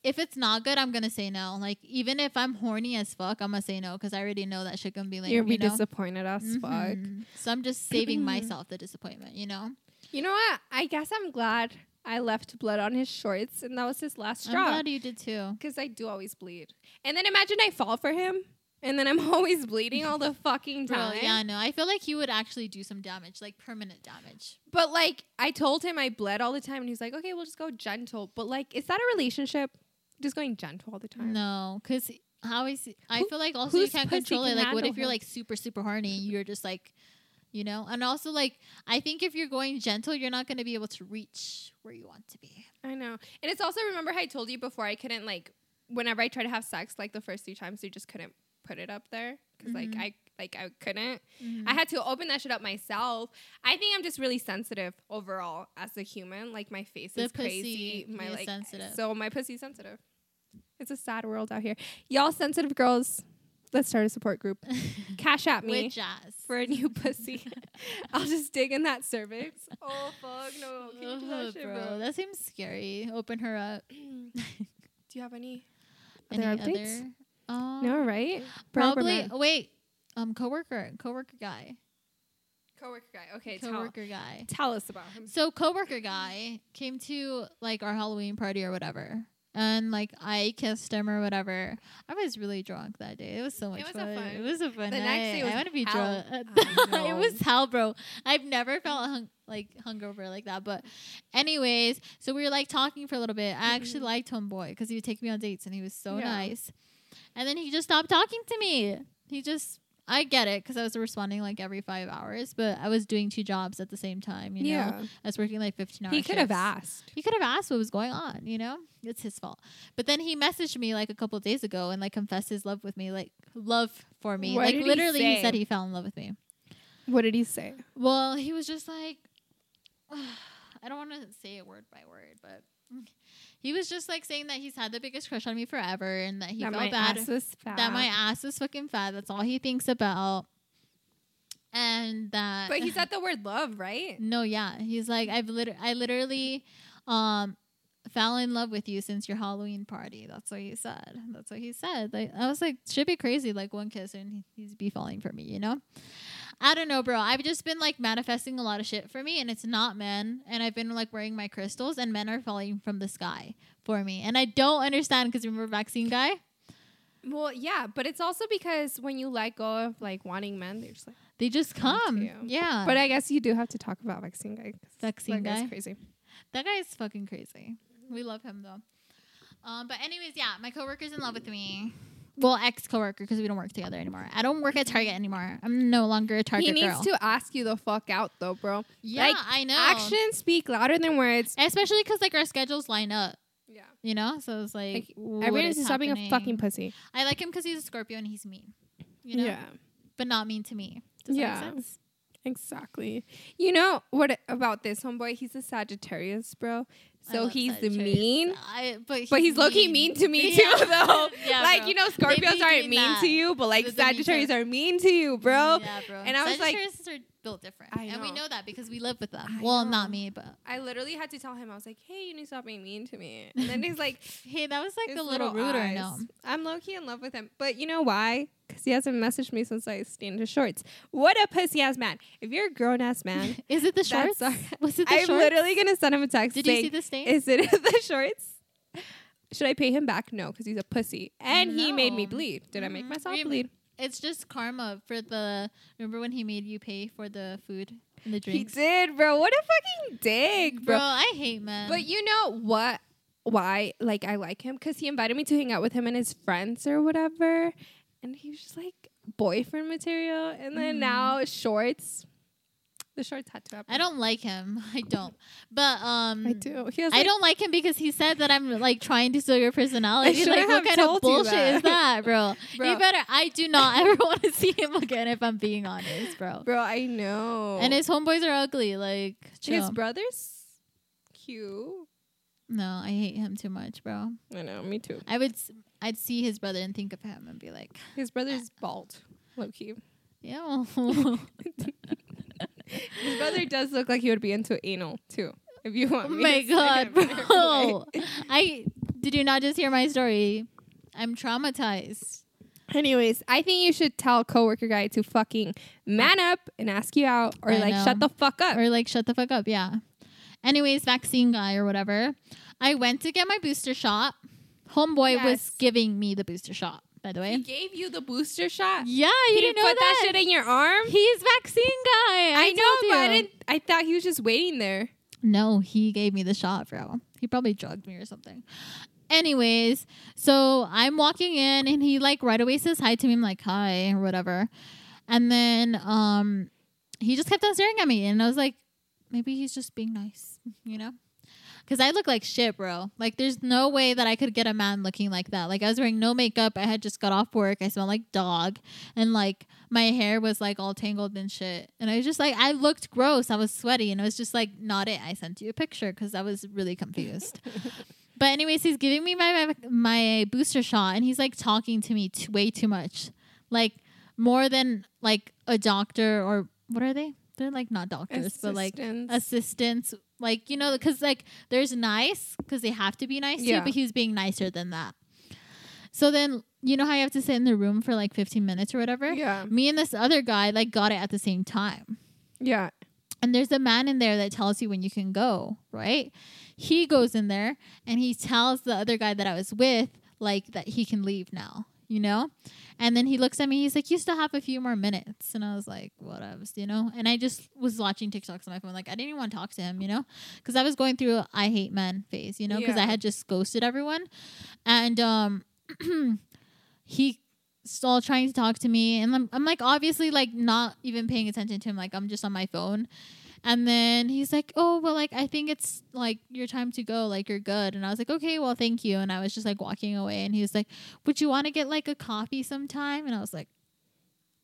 S1: if it's not good, I'm gonna say no. Like, even if I'm horny as fuck, I'm gonna say no because I already know that shit gonna be lame.
S2: you'll be
S1: you know?
S2: disappointed as fuck.
S1: Mhm. So I'm just saving myself the disappointment. You know,
S2: You know what? I guess I'm glad I left blood on his shorts, and that was his last
S1: I'm
S2: straw.
S1: glad you did too.
S2: Because I do always bleed. And then imagine I fall for him, and then I'm always bleeding all the fucking
S1: Bro,
S2: time.
S1: yeah, no, I feel like he would actually do some damage, like permanent damage.
S2: But like, I told him I bled all the time, and he's like, "Okay, we'll just go gentle." But like, is that a relationship? Just going gentle all the time.
S1: No, because how is I
S2: Who-
S1: feel like also you
S2: whose
S1: can't
S2: pussy
S1: control it.
S2: can
S1: Like, what
S2: handle
S1: if you're
S2: him?
S1: like super super horny? and You're just like, you know, and also like I think if you're going gentle, you're not gonna be able to reach where you want to be.
S2: I know. And it's also remember how I told you before I couldn't like whenever I tried to have sex like the first few times you just couldn't put it up there because
S1: Mhm.
S2: like I like I couldn't.
S1: Mhm.
S2: I had to open that shit up myself. I think I'm just really sensitive overall as a human. Like my face
S1: The
S2: is crazy.
S1: pussy
S2: My
S1: is
S2: like
S1: sensitive.
S2: so my pussy's sensitive. It's a sad world out here. Y'all sensitive girls, let's start a support group. Cash at me
S1: With jazz.
S2: for a new pussy. I'll just dig in that cervix. Oh fuck no! Can you do that
S1: Ugh,
S2: shit,
S1: Oh, Uh-huh, bro,
S2: bro?
S1: that seems scary. Open her up.
S2: do you have any?
S1: Any
S2: Other
S1: other?
S2: updates?
S1: Um,
S2: No, right?
S1: probably. oh, wait, um, coworker, coworker guy,
S2: coworker guy. Okay, tell,
S1: coworker guy.
S2: tell us about him.
S1: So coworker guy came to like our Halloween party or whatever, and like I kissed him or whatever. I was really drunk that day. It was so much
S2: was a
S1: fun.
S2: fun-
S1: It was a fun
S2: the
S1: night.
S2: next day was
S1: I want to be
S2: hell.
S1: drunk.
S2: I
S1: it
S2: know.
S1: was hell, bro. I've never felt hung, like hungover like that. But, anyways, so we were like talking for a little bit. I actually liked homeboy because he would take me on dates and he was so
S2: Mm-hmm. Yeah.
S1: nice. And then he just stopped talking to me. He just. I get it because I was responding like every five hours, but I was doing two jobs at the same time. You know, I was working like 15 hours.
S2: he could have asked.
S1: He could have asked what was going on, you know? It's his fault. But then he messaged me like a couple days ago and like confessed his love with me, like love for me.
S2: What
S1: like
S2: did he
S1: literally he
S2: say?
S1: said he fell in love with me.
S2: What did he say?
S1: Well, he was just like I don't want to say it word by word, but he was just like saying that he's had the biggest crush on me forever and that he
S2: that my
S1: felt bad
S2: ass was fat.
S1: that my ass is fucking fat. That's all he thinks about. And that
S2: But he said the word love, right?
S1: No, yeah. He's like, I've liter- I literally um fell in love with you since your Halloween party. That's what he said. That's what he said. Like I was like, should be crazy, like one kiss and he- he's be falling for me, you know? I don't know, bro. I've just been like manifesting a lot of shit for me and it's not men. And I've been like wearing my crystals and men are falling from the sky for me. And I don't understand because remember vaccine guy?
S2: Well, yeah, but it's also because when you let go of like wanting men, they're just like.
S1: They just
S2: Come to
S1: come.
S2: you.
S1: Yeah.
S2: But I guess you do have to talk about vaccine guy. 'cause
S1: Um. Vaccine
S2: that guy's
S1: guy?
S2: crazy.
S1: That guy is fucking crazy. We love him though. Um, but anyways, yeah, my coworker's in love with me. Well, ex coworker because we don't work together anymore. I don't work at Target anymore. I'm no longer a Target
S2: he needs
S1: girl.
S2: to ask you the fuck out though, bro.
S1: yeah,
S2: like,
S1: I know.
S2: Actions speak louder than words.
S1: Especially because like our schedules line up,
S2: Yeah.
S1: you know. So it's like,
S2: Like,
S1: what
S2: Everyone
S1: is
S2: is stopping a
S1: happening?
S2: fucking pussy.
S1: I like him because he's a Scorpio and he's mean, you know,
S2: Yeah.
S1: but not mean to me. Does
S2: Yeah.
S1: that make sense?
S2: Exactly. You know what about this homeboy? He's a Sagittarius, bro.
S1: I
S2: So
S1: love
S2: he's
S1: Sagittarius.
S2: mean,
S1: I, but he's
S2: but he's low key mean to me
S1: Yeah.
S2: too, though.
S1: yeah,
S2: like
S1: bro.
S2: you know,
S1: They be
S2: Scorpios aren't
S1: doing
S2: mean
S1: that.
S2: to you, but like
S1: But then you
S2: Sagittarius
S1: said-
S2: are mean to you, bro.
S1: Yeah, bro.
S2: And I was like-
S1: Sagittarius are built different,
S2: I
S1: and we
S2: know.
S1: know that because we live with them.
S2: I
S1: well,
S2: know.
S1: not me, but
S2: I literally had to tell him. I was like, "Hey, you need to stop being mean to me." And then he's like,
S1: hey, that was like
S2: his
S1: a little, rude or
S2: eyes.
S1: no?
S2: I'm low key in love with him, but you know why? Because he hasn't messaged me since I stained his shorts. What a pussy ass man! If you're a grown ass man,
S1: Is it the
S2: That's
S1: shorts?
S2: our-
S1: was it the
S2: I'm
S1: shorts?
S2: literally gonna send him a text.
S1: Did you
S2: saying,
S1: see the stain?
S2: Is it the shorts? Should I pay him back? No, because he's a pussy. And he made me
S1: No.
S2: bleed. Did I make
S1: Mhm.
S2: myself
S1: We-
S2: bleed?
S1: it's just karma for the. Remember when he made you pay for the food and the
S2: He
S1: drinks?
S2: did, bro. What a fucking dick,
S1: bro,
S2: bro.
S1: I hate men.
S2: But you know what? Why? Like, I like him because he invited me to hang out with him and his friends or whatever. And he was just like boyfriend material. And then
S1: Mhm.
S2: now shorts. The short tattoo.
S1: I don't like him. I don't. But um
S2: I do. He has,
S1: I
S2: like-
S1: don't like him because he said that I'm like trying to steal your personality.
S2: I
S1: Like,
S2: shouldn't
S1: what
S2: have
S1: kind of
S2: told you
S1: bullshit
S2: that.
S1: is that, bro?
S2: Bro.
S1: You better. I do not ever want to see him again if I'm being honest, bro.
S2: Bro, I know.
S1: And his homeboys are ugly. Like, chill.
S2: his brother's cute.
S1: no, I hate him too much, bro.
S2: I know, me too.
S1: I would, s- I'd see his brother and think of him and be like,
S2: His brother's bald, low key.
S1: yeah. oh
S2: His brother does look like he would be into anal too. If you
S1: Oh
S2: want me.
S1: my
S2: to say
S1: god,
S2: it.
S1: bro! I did you not just hear my story? I'm traumatized.
S2: Anyways, I think you should tell coworker guy to fucking man up and ask you out, or
S1: I
S2: like
S1: know.
S2: shut the fuck up.
S1: Or like shut the fuck up, yeah. Anyways, vaccine guy or whatever. I went to get my booster shot. Homeboy was
S2: Yes.
S1: giving me the booster shot, by the
S2: he
S1: way.
S2: gave you the booster shot.
S1: Yeah, you
S2: He
S1: didn't know
S2: put that.
S1: that.
S2: shit in your arm.
S1: He's vaccine guy. I,
S2: I, know,
S1: told
S2: but I
S1: you.
S2: didn't. I thought he was just waiting there.
S1: No, he gave me the shot, bro. He probably drugged me or something. Anyways, so I'm walking in and he like right away says hi to me. I'm like, hi, or whatever. And then um he just kept on staring at me and I was like, maybe he's just being nice, you know? Cause I look like shit, bro. Like there's no way that I could get a man looking like that. Like I was wearing no makeup. I had just got off work. I smelled like dog. And like my hair was like all tangled and shit. And I was just like, I looked gross. I was sweaty. And I was just like, not it. I sent you a picture because I was really confused. but anyways, he's giving me my, my my booster shot, and he's like talking to me t- way too much, like more than like a doctor or what are they? They're like not doctors, but like
S2: Assistants.
S1: assistants. Like you know, because like there's nice because they have to be nice to you,
S2: Yeah.
S1: but he was being nicer than that. So then you know how you have to sit in the room for like 15 minutes or whatever.
S2: yeah,
S1: Me and this other guy like got it at the same time.
S2: yeah.
S1: And there's a man in there that tells you when you can go, right? He goes in there and he tells the other guy that I was with like that he can leave now, you know? And then he looks at me, he's like, You still have a few more minutes. And I was like, Whatevs, you know? And I just was watching TikToks on my phone. Like, I didn't even want to talk to him, you know? Because I was going through a I hate men phase, you know? Because I
S2: Yeah.
S1: had just ghosted everyone. And um, he still trying to talk to me. And I'm, I'm like, obviously, like, not even paying attention to him. Like, I'm just on my phone. And then he's like, "Oh, well, like I think it's like your time to go. Like you're good." And I was like, "Okay, well, thank you." And I was just like walking away. And he was like, "Would you want to get like a coffee sometime?" And I was like,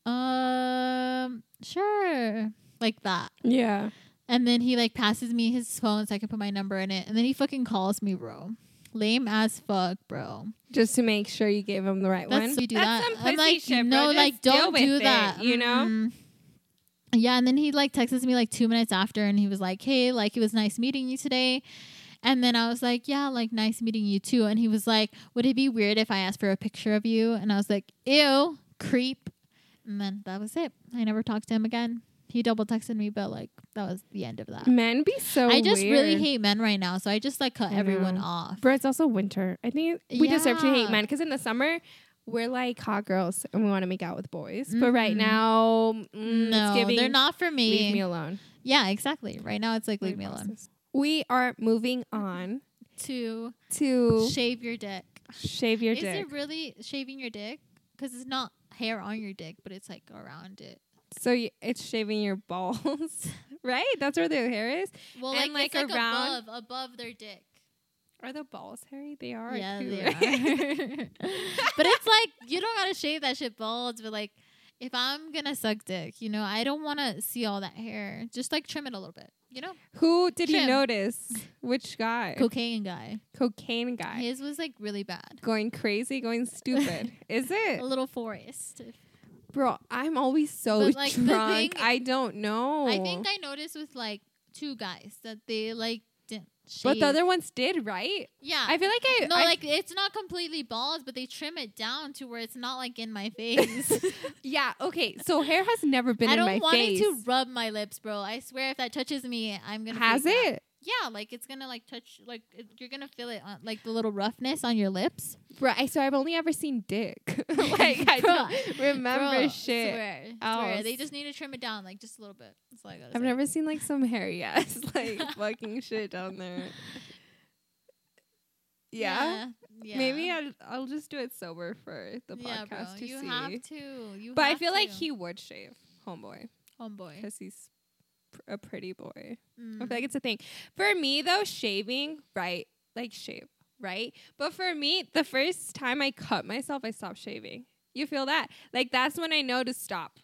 S1: "Um, sure." Like that.
S2: Yeah.
S1: And then he like passes me his phone so I can put my number in it. And then he fucking calls me, bro. Lame as fuck, bro.
S2: Just to make sure you gave him the right
S1: That's
S2: one.
S1: you do
S2: That's
S1: that.
S2: some pussy
S1: I'm like,
S2: shit,
S1: no,
S2: bro. Just
S1: like
S2: deal
S1: don't
S2: with
S1: do
S2: it,
S1: that.
S2: you know?
S1: Mm. Yeah, and then he like texts me like two minutes after, and he was like, "Hey, like it was nice meeting you today." And then I was like, "Yeah, like nice meeting you too." And he was like, "Would it be weird if I asked for a picture of you?" And I was like, "Ew, creep." And then that was it. I never talked to him again. He double texted me, but like that was the end of that.
S2: Men be so.
S1: I just really
S2: weird.
S1: hate men right now, so I just like cut
S2: I
S1: everyone
S2: know.
S1: off.
S2: Bro, it's also winter. I think we deserve to
S1: Yeah.
S2: hate men because in the summer we're like hot girls and we want to make out with boys. But right now, mm,
S1: Mm-hmm. no,
S2: it's giving,
S1: they're not for me.
S2: Leave me alone.
S1: Yeah, exactly. Right now, it's like leave me alone.
S2: We are moving on
S1: to
S2: to
S1: shave your dick.
S2: shave your
S1: Is
S2: dick.
S1: it really shaving your dick? Because it's not hair on your dick, but it's like around it.
S2: so y- it's shaving your balls, right? That's where the hair is.
S1: Well,
S2: And,
S1: like,
S2: like,
S1: it's
S2: around-
S1: above above their dick.
S2: Are the balls hairy? They are.
S1: Yeah,
S2: too,
S1: they
S2: right?
S1: are. but it's like you don't gotta shave that shit bald. But like, if I'm gonna suck dick, you know, I don't want to see all that hair. Just like trim it a little bit. You know,
S2: Who did you
S1: Trim.
S2: notice? Which guy?
S1: cocaine guy.
S2: Cocaine guy.
S1: His was like really bad.
S2: going crazy, going stupid. is it?
S1: A little forest.
S2: Bro, I'm always so
S1: But, like, the
S2: drunk.
S1: thing-
S2: I don't know.
S1: I think I noticed with like two guys that they like didn't shave.
S2: but the other ones did, right?
S1: yeah,
S2: I feel like I.
S1: No,
S2: I-
S1: Uh, like it's not completely bald, but they trim it down to where it's not like in my face.
S2: yeah. Okay, so hair has never been
S1: I
S2: in
S1: don't
S2: my
S1: want
S2: face.
S1: it to rub my lips, bro. I swear, if that touches me, I'm gonna.
S2: has
S1: freak out.
S2: it,
S1: Yeah, like it's gonna like touch, like it, you're gonna feel it on like the little roughness on your lips.
S2: bro? I, so I've only ever seen dick. like I
S1: Bro,
S2: don't remember
S1: Bro,
S2: shit.
S1: Swear, swear. They
S2: else.
S1: just need to trim it down like just a little bit. That's all I gotta
S2: I've
S1: say.
S2: never seen like some hairy ass like fucking shit down there. Yeah.
S1: yeah.
S2: Maybe I'll, I'll just do it sober for the podcast
S1: yeah, bro.
S2: to
S1: you
S2: see.
S1: have to. You
S2: but I
S1: have
S2: feel like
S1: to.
S2: he would shave, homeboy,
S1: homeboy.
S2: because he's pr- a pretty boy. I
S1: Mm.
S2: feel like it's a thing. For me though, shaving, right? Like shave, right? But for me, the first time I cut myself, I stopped shaving. You feel that? Like that's when I know to stop.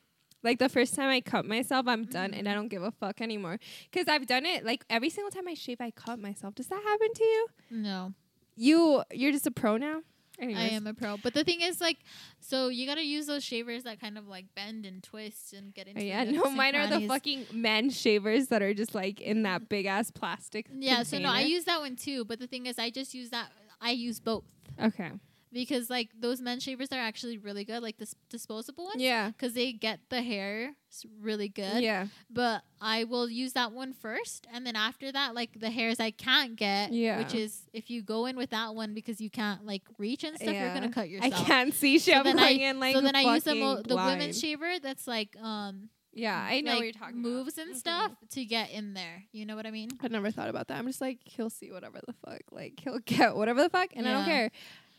S2: Like the first time I cut myself, I'm done and I
S1: Mm-hmm.
S2: don't give a fuck anymore. Cause I've done it like every single time I shave, I cut myself. Does that happen to you?
S1: No,
S2: You you're just a pro now? Anyways.
S1: I am a pro. But the thing is, like, so you gotta use those shavers that kind of like bend and twist and get into.
S2: Oh,
S1: the
S2: yeah,
S1: nooks
S2: no,
S1: and
S2: mine are the
S1: crannies.
S2: fucking men shavers that are just like in that big ass plastic.
S1: Mm-hmm. Yeah, so no, I
S2: container.
S1: use that one too. But the thing is, I just use that. I use both
S2: Okay.
S1: because like those men shavers are actually really good, like this disposable ones.
S2: Yeah.
S1: Because they get the hair s- really good.
S2: Yeah.
S1: But I will use that one first. And then after that, like the hairs I can't get,
S2: Yeah.
S1: which is if you go in with that one because you can't like reach and stuff, you're
S2: Yeah.
S1: going to cut
S2: I
S1: yourself.
S2: can't see shit.
S1: So
S2: I'm
S1: then I-
S2: going in like
S1: so then I use the,
S2: fucking
S1: mo- the
S2: blind.
S1: women's shaver that's like, um,
S2: Yeah, I know
S1: like
S2: what you're talking
S1: moves
S2: about.
S1: and
S2: Mhm.
S1: stuff to get in there. You know what I mean?
S2: I never thought about that. I'm just like he'll see whatever the fuck, like he'll get whatever the fuck, and I don't
S1: Yeah.
S2: care.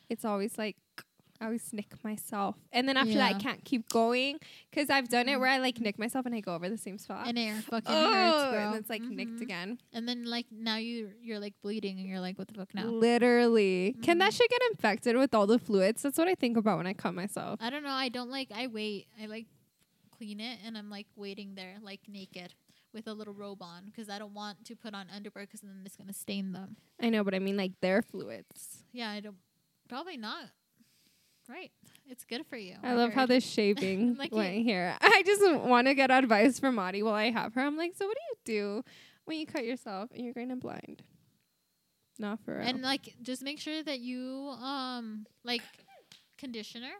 S2: It's always like I always nick myself, and then after that I
S1: Yeah. Mm-hmm.
S2: can't keep going because I've done it where I like nick myself and I go over the same spot.
S1: And it fucking hurts,
S2: Uh, Oh,
S1: bro.
S2: and it's like nicked
S1: Mhm.
S2: again.
S1: And then like now you you're like bleeding and you're like, what the fuck now?
S2: Literally, can that
S1: Mhm.
S2: shit get infected with all the fluids? That's what I think about when I cut myself.
S1: I don't know. I don't like. I wait. I like clean it, and I'm like waiting there, like naked, with a little robe on, because I don't want to put on underwear, because then it's gonna stain them.
S2: I know, but I mean like their fluids.
S1: Yeah, I don't. Probably not. Right. It's good for you.
S2: I love how
S1: heard.
S2: this shaving
S1: Like
S2: went here. I just want to get advice from Audie while I have her. I'm like, so what do you do when you cut yourself and you're going in blind? Not for real.
S1: And like, just make sure that you um like conditioner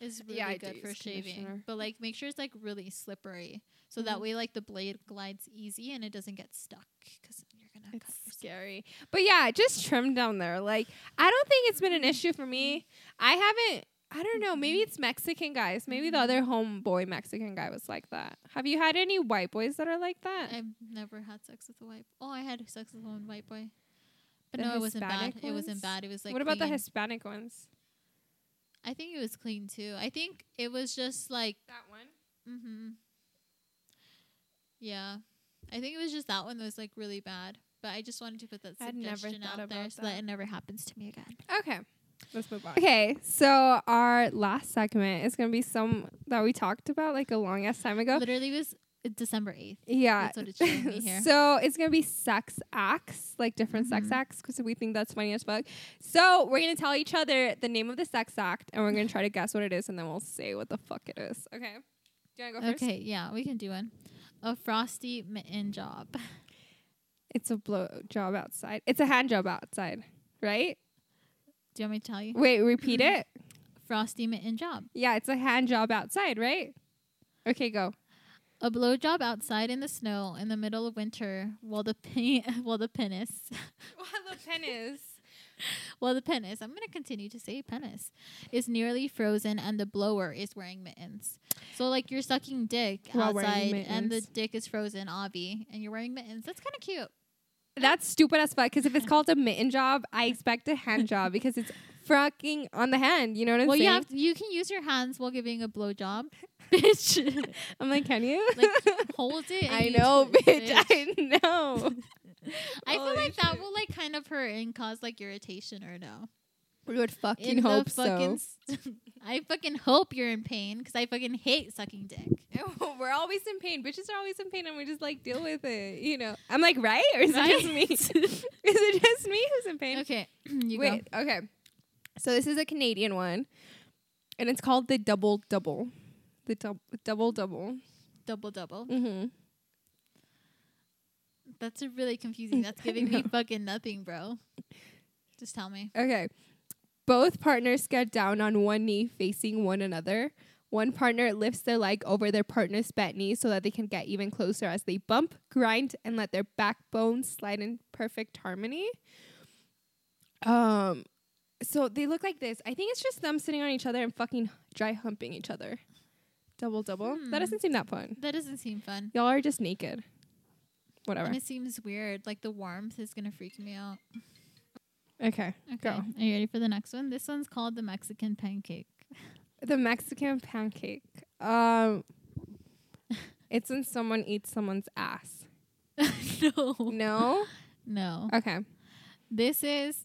S1: is really
S2: Yeah, I do
S1: good for
S2: use
S1: shaving,
S2: conditioner.
S1: but like make sure it's like really slippery, so that
S2: Mhm.
S1: way like the blade glides easy and it doesn't get stuck, because you're gonna cut
S2: it's
S1: yourself.
S2: scary. But yeah, just trim down there. Like, I don't think it's been an issue for me. I haven't. I don't know. Maybe
S1: Mm-hmm.
S2: it's Mexican guys. Maybe the other homeboy Mexican guy was like that. Have you had any white boys that are like that?
S1: I've never had sex with a white. Oh, I had sex with one white boy, but
S2: The
S1: no, it wasn't bad.
S2: Hispanic
S1: It wasn't
S2: ones?
S1: bad. It was like.
S2: what about the
S1: clean.
S2: Hispanic ones?
S1: I think it was clean too. I think it was just like.
S2: That one.
S1: Mm-hmm. Yeah, I think it was just that one that was like really bad. But I just wanted to put that
S2: I'd never
S1: suggestion
S2: thought
S1: out there
S2: about
S1: so that
S2: that.
S1: it never happens to me again.
S2: Okay. Let's move on. Okay, so our last segment is gonna be some that we talked about like a long ass time ago.
S1: Literally, it was uh, December eighth.
S2: Yeah.
S1: That's what it's showing me here.
S2: so it's gonna be sex acts, like different sex
S1: Mhm.
S2: acts, because we think that's funny as fuck. So we're gonna tell each other the name of the sex act, and we're gonna try to guess what it is, and then we'll say what the fuck it is. Okay. Do you wanna go first?
S1: Okay, yeah, we can do one. A frosty mitten job.
S2: It's a blow job outside. It's a hand job outside, right?
S1: Do you want me to tell you?
S2: Wait, repeat it.
S1: Frosty mitten job.
S2: Yeah, it's a hand job outside, right? Okay, go.
S1: A blowjob outside in the snow in the middle of winter while the pe- while the penis
S2: Well, the pen is.
S1: while the penis I'm gonna continue to say penis is nearly frozen and the blower is wearing mittens. So like you're sucking dick
S2: While wearing
S1: outside and the
S2: mittens.
S1: dick is frozen, obvi, and you're wearing mittens. That's kind of cute.
S2: That's stupid as fuck. Because if it's called a mitten job, I expect a hand job because it's fucking on the hand. You know what I'm
S1: well,
S2: saying?
S1: you have to, you can use your hands while giving a blowjob, bitch.
S2: I'm like, can you?
S1: like hold it. and
S2: I
S1: you
S2: know,
S1: twist
S2: bitch.
S1: it.
S2: I know.
S1: I feel
S2: Holy
S1: like that
S2: shit.
S1: will like kind of hurt and cause like irritation or no.
S2: we would fucking
S1: in the
S2: hope
S1: fucking
S2: so.
S1: s- I fucking hope you're in pain because I fucking hate sucking dick.
S2: We're always in pain. Bitches are always in pain, and we just like deal with it. You know. I'm like, right? Or is it just me? is it just me who's in pain?
S1: Okay, you go.
S2: Wait. Okay. So this is a Canadian one, and it's called the double double. The dub- double double.
S1: Double double.
S2: Mm-hmm.
S1: That's a really confusing. That's
S2: I
S1: giving me
S2: know.
S1: fucking nothing, bro. Just tell me.
S2: Okay. Both partners get down on one knee facing one another. One partner lifts their leg over their partner's bent knee so that they can get even closer as they bump, grind, and let their backbone slide in perfect harmony. Um, so they look like this. I think it's just them sitting on each other and fucking dry humping each other. Double double. That
S1: Hmm.
S2: doesn't seem that fun.
S1: That doesn't seem fun.
S2: Y'all are just naked. Whatever.
S1: And it seems weird. Like the warmth is gonna freak me out.
S2: Okay.
S1: Okay.
S2: Go.
S1: Are you ready for the next one? This one's called the Mexican pancake.
S2: The Mexican pancake. Um, it's when someone eats someone's ass.
S1: no.
S2: No.
S1: No.
S2: Okay.
S1: This is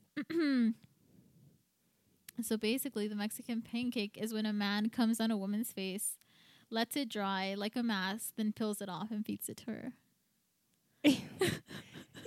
S1: so basically the Mexican pancake is when a man comes on a woman's face, lets it dry like a mask, then peels it off and feeds it to her.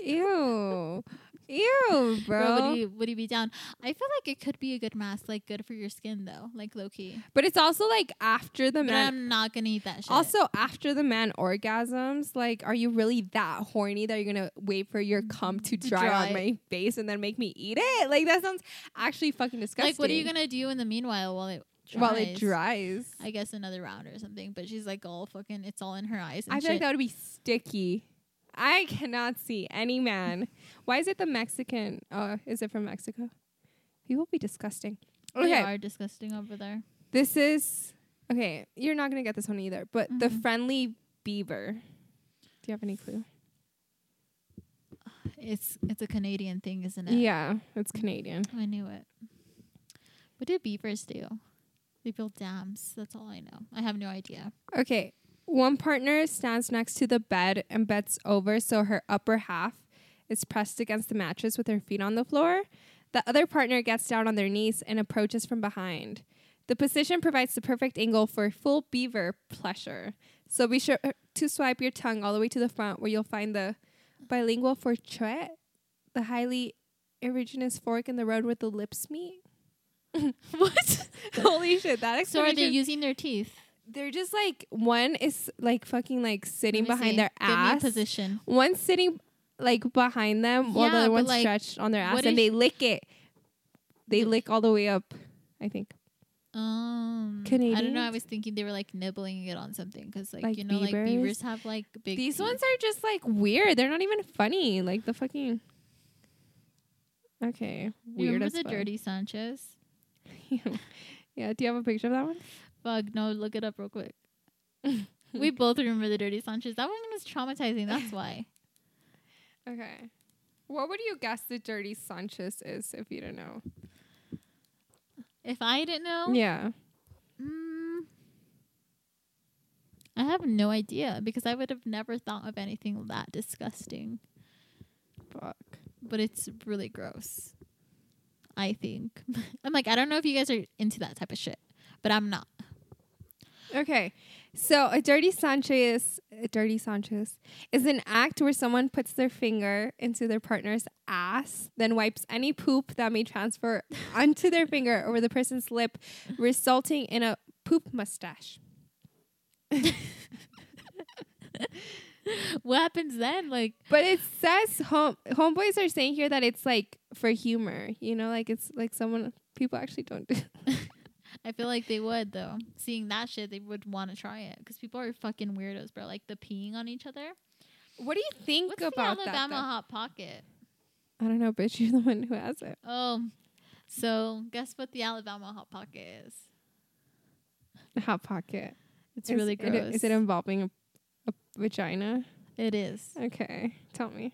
S2: Ew. Ew, bro.
S1: would he would he be down? I feel like it could be a good mask, like good for your skin though, like low key.
S2: but it's also like after the
S1: But
S2: Oh, man.
S1: I'm not gonna eat that shit.
S2: Also after the man orgasms, like, are you really that horny that you're gonna wait for your cum to
S1: To
S2: dry,
S1: dry.
S2: on my face and then make me eat it? Like that sounds actually fucking disgusting.
S1: like, what are you gonna do in the meanwhile while it dries?
S2: while it dries?
S1: I guess another round or something. But she's like all fucking. It's all in her eyes. And
S2: I feel like
S1: shit.
S2: that would be sticky. I cannot see any man. Why is it the Mexican? Oh, is it from Mexico? People be disgusting.
S1: They
S2: Okay,
S1: are disgusting over there.
S2: this is okay. You're not gonna get this one either. But the
S1: Mhm.
S2: friendly beaver. Do you have any clue?
S1: It's it's a Canadian thing, isn't it?
S2: Yeah, it's Canadian.
S1: I knew it. What do beavers do? They build dams. That's all I know. I have no idea.
S2: Okay, one partner stands next to the bed and bets over, so her upper half is pressed against the mattress with her feet on the floor. The other partner gets down on their knees and approaches from behind. The position provides the perfect angle for full beaver pleasure. So be sure to swipe your tongue all the way to the front where you'll find the bilingual fortret, the highly eriginous fork in the road where the lips meet.
S1: what?
S2: Holy shit, that
S1: So are
S2: explanation.
S1: they using their teeth?
S2: they're just like one is like fucking like sitting
S1: Let me
S2: behind
S1: see.
S2: their
S1: Give me a
S2: ass.
S1: position.
S2: One's sitting like behind them while the
S1: Yeah,
S2: other
S1: but,
S2: one's
S1: like,
S2: stretched on their ass
S1: what
S2: and
S1: if-
S2: they lick it. They lick all the way up, I think.
S1: Um, I don't know. I
S2: Canadians?
S1: was thinking they were like nibbling it on something because, like,
S2: Like
S1: you know, like
S2: beavers?
S1: beavers have like big.
S2: These
S1: teeth.
S2: ones are just like weird. They're not even funny. Like the fucking Okay.
S1: You
S2: Weird
S1: remember
S2: as
S1: the
S2: fuck.
S1: dirty Sanchez?
S2: yeah, do you have a picture of that one?
S1: Fuck no! Look it up real quick. we both remember the dirty Sanchez. That one was traumatizing. That's why.
S2: Okay. What would you guess the dirty Sanchez is if you don't know?
S1: If I didn't know,
S2: Yeah.
S1: Mm, I have no idea because I would have never thought of anything that disgusting.
S2: Fuck.
S1: But it's really gross. I think. I'm like, I don't know if you guys are into that type of shit, but I'm not.
S2: Okay. So a dirty Sanchez, a dirty Sanchez is an act where someone puts their finger into their partner's ass, then wipes any poop that may transfer onto their finger over the person's lip, resulting in a poop mustache.
S1: What happens then? Like,
S2: But it says home homeboys are saying here that it's like for humor, you know, like it's like someone people actually don't do.
S1: I feel like they would though. Seeing that shit, they would want to try it because people are fucking weirdos, bro. Like the peeing on each other.
S2: What do you think
S1: What's
S2: about
S1: the
S2: that?
S1: Alabama
S2: though?
S1: hot pocket?
S2: I don't know, bitch. You're the one who has it.
S1: Oh, so guess what the Alabama hot pocket is?
S2: Hot pocket.
S1: It's
S2: Is
S1: really
S2: it-
S1: gross.
S2: Is it involving a, a vagina?
S1: it is.
S2: Okay, tell me.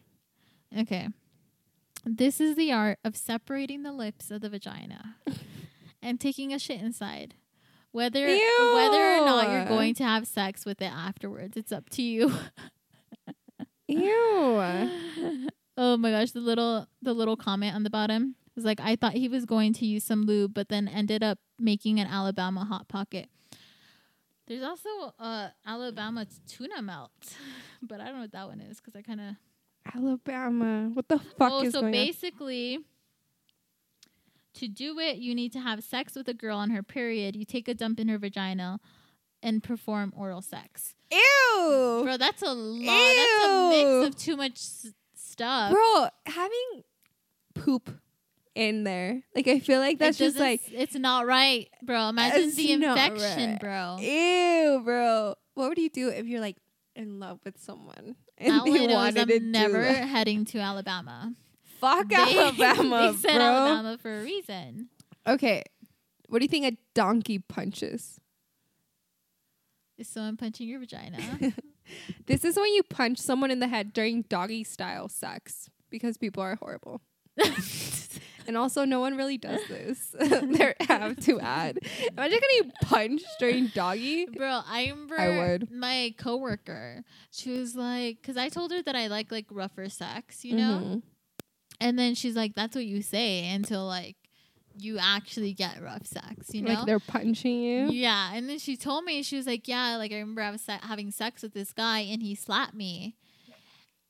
S1: Okay. This is the art of separating the lips of the vagina and taking a shit inside. Whether whether or not you're
S2: Ew.
S1: going to have sex with it afterwards, it's up to you.
S2: Ew.
S1: oh my gosh, the little the little comment on the bottom was like I thought he was going to use some lube but then ended up making an Alabama hot pocket. There's also uh Alabama tuna melt, but I don't know what that one is cuz I kind of
S2: Alabama. What the fuck
S1: oh,
S2: is
S1: so
S2: going
S1: basically, to do it, you need to have sex with a girl on her period. You take a dump in her vagina and perform oral sex.
S2: on? Ew.
S1: Bro, that's a lot. That's a
S2: Ew.
S1: mix of too much s- stuff.
S2: Bro, having poop in there. Like I feel like
S1: It
S2: that's just
S1: doesn't
S2: like
S1: s- it's not right, bro. Imagine
S2: It's
S1: the
S2: not
S1: infection,
S2: right.
S1: bro.
S2: ew, bro. What would you do if you're like in love with someone and
S1: All
S2: they
S1: I know is
S2: wanted to
S1: I'm never
S2: do that?
S1: heading to Alabama.
S2: fuck Alabama,
S1: they said
S2: bro?
S1: Alabama for a reason.
S2: Okay, what do you think a donkey punches?
S1: Is someone punching your vagina?
S2: This is when you punch someone in the head during doggy style sex because people are horrible. And also, no one really does this. there have to add. Imagine getting punched during doggy.
S1: Bro, I remember
S2: I would.
S1: my coworker. She was like, because I told her that I like like rougher sex, you know.
S2: Mhm.
S1: And then she's like, "That's what you say until like you actually get rough sex," you know.
S2: like they're punching you.
S1: Yeah, and then she told me she was like, "Yeah, like I remember I was se- having sex with this guy and he slapped me."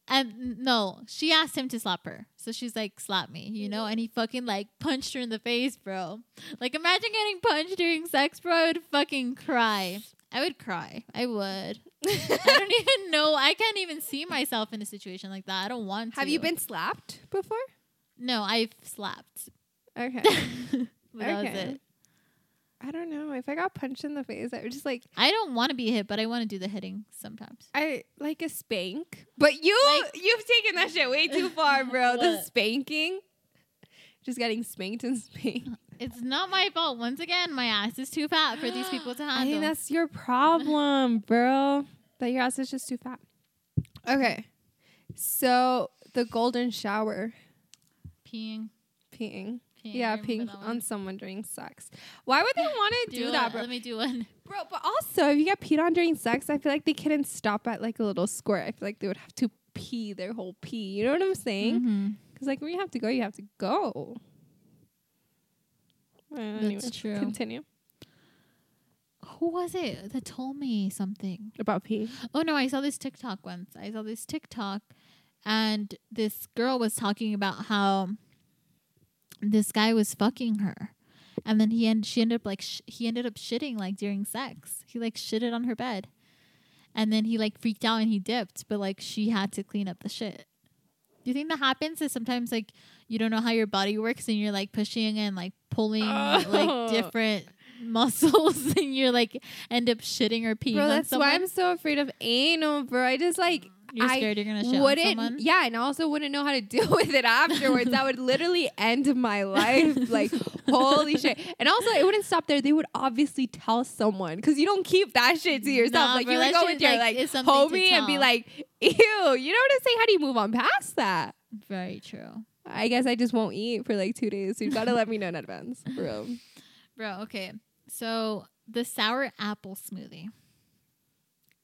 S1: And n- no, she asked him to slap her. So she's like, "Slap me," you know, and he fucking like punched her in the face, bro. Like imagine getting punched during sex, bro. I would fucking cry. I would cry. I would. I don't even know. I can't even see myself in a situation like that. I don't want to.
S2: have you been slapped before?
S1: No, I've slapped.
S2: Okay.
S1: But that was
S2: Okay.
S1: it.
S2: I don't know. If I got punched in the face, I would just like
S1: I don't want to be hit, but I want to do the hitting sometimes.
S2: I like a spank. But you you've taken that shit way too far, bro. the
S1: What?
S2: spanking. Just getting spanked and spanked.
S1: It's not my fault. Once again, my ass is too fat for these people to
S2: I think
S1: handle.
S2: that's your problem, bro. That your ass is just too fat. Okay. So the golden shower
S1: peeing.
S2: peeing.
S1: peeing. I
S2: yeah,
S1: remember
S2: peeing
S1: that one.
S2: on someone during sex. Why would they want to do,
S1: one-
S2: that, bro?
S1: Let me do one.
S2: Bro, but also if you get peed on during sex, I feel like they couldn't stop at like a little squirt. I feel like they would have to pee their whole pee. You know what I'm saying?
S1: Mm-hmm.
S2: Because like when you have to go, you have to go. Well, anyway,
S1: true.
S2: Continue
S1: Who was it that told me something?
S2: about pee.
S1: Oh no, I saw this TikTok once. I saw this TikTok, and this girl was talking about how this guy was fucking her, and then he and she ended up like sh- he ended up shitting like during sex. He like shitted on her bed, and then he like freaked out and he dipped, but like she had to clean up the shit. Do you think that happens? Is sometimes like you don't know how your body works and you're like pushing and like pulling
S2: Oh.
S1: like different muscles and you're like end up shitting or peeing
S2: Bro,
S1: on
S2: that's
S1: someone.
S2: why I'm so afraid of anal, bro. I just like
S1: You're
S2: I
S1: scared you're gonna shit on someone.
S2: wouldn't. Yeah, and I also wouldn't know how to deal with it afterwards. that would literally end my life. Like, holy shit! And also, it wouldn't stop there. They would obviously tell someone because you don't keep that shit to yourself.
S1: Nah,
S2: like
S1: bro,
S2: you would
S1: that
S2: go
S1: shit,
S2: with your
S1: like,
S2: like,
S1: is something to
S2: homie and be
S1: tell.
S2: like, "Ew," you know what I'm saying? How do you move on past that?
S1: Very true,
S2: I guess I just won't eat for like two days. So you gotta let me know in advance, bro.
S1: bro. Okay, so the sour apple smoothie.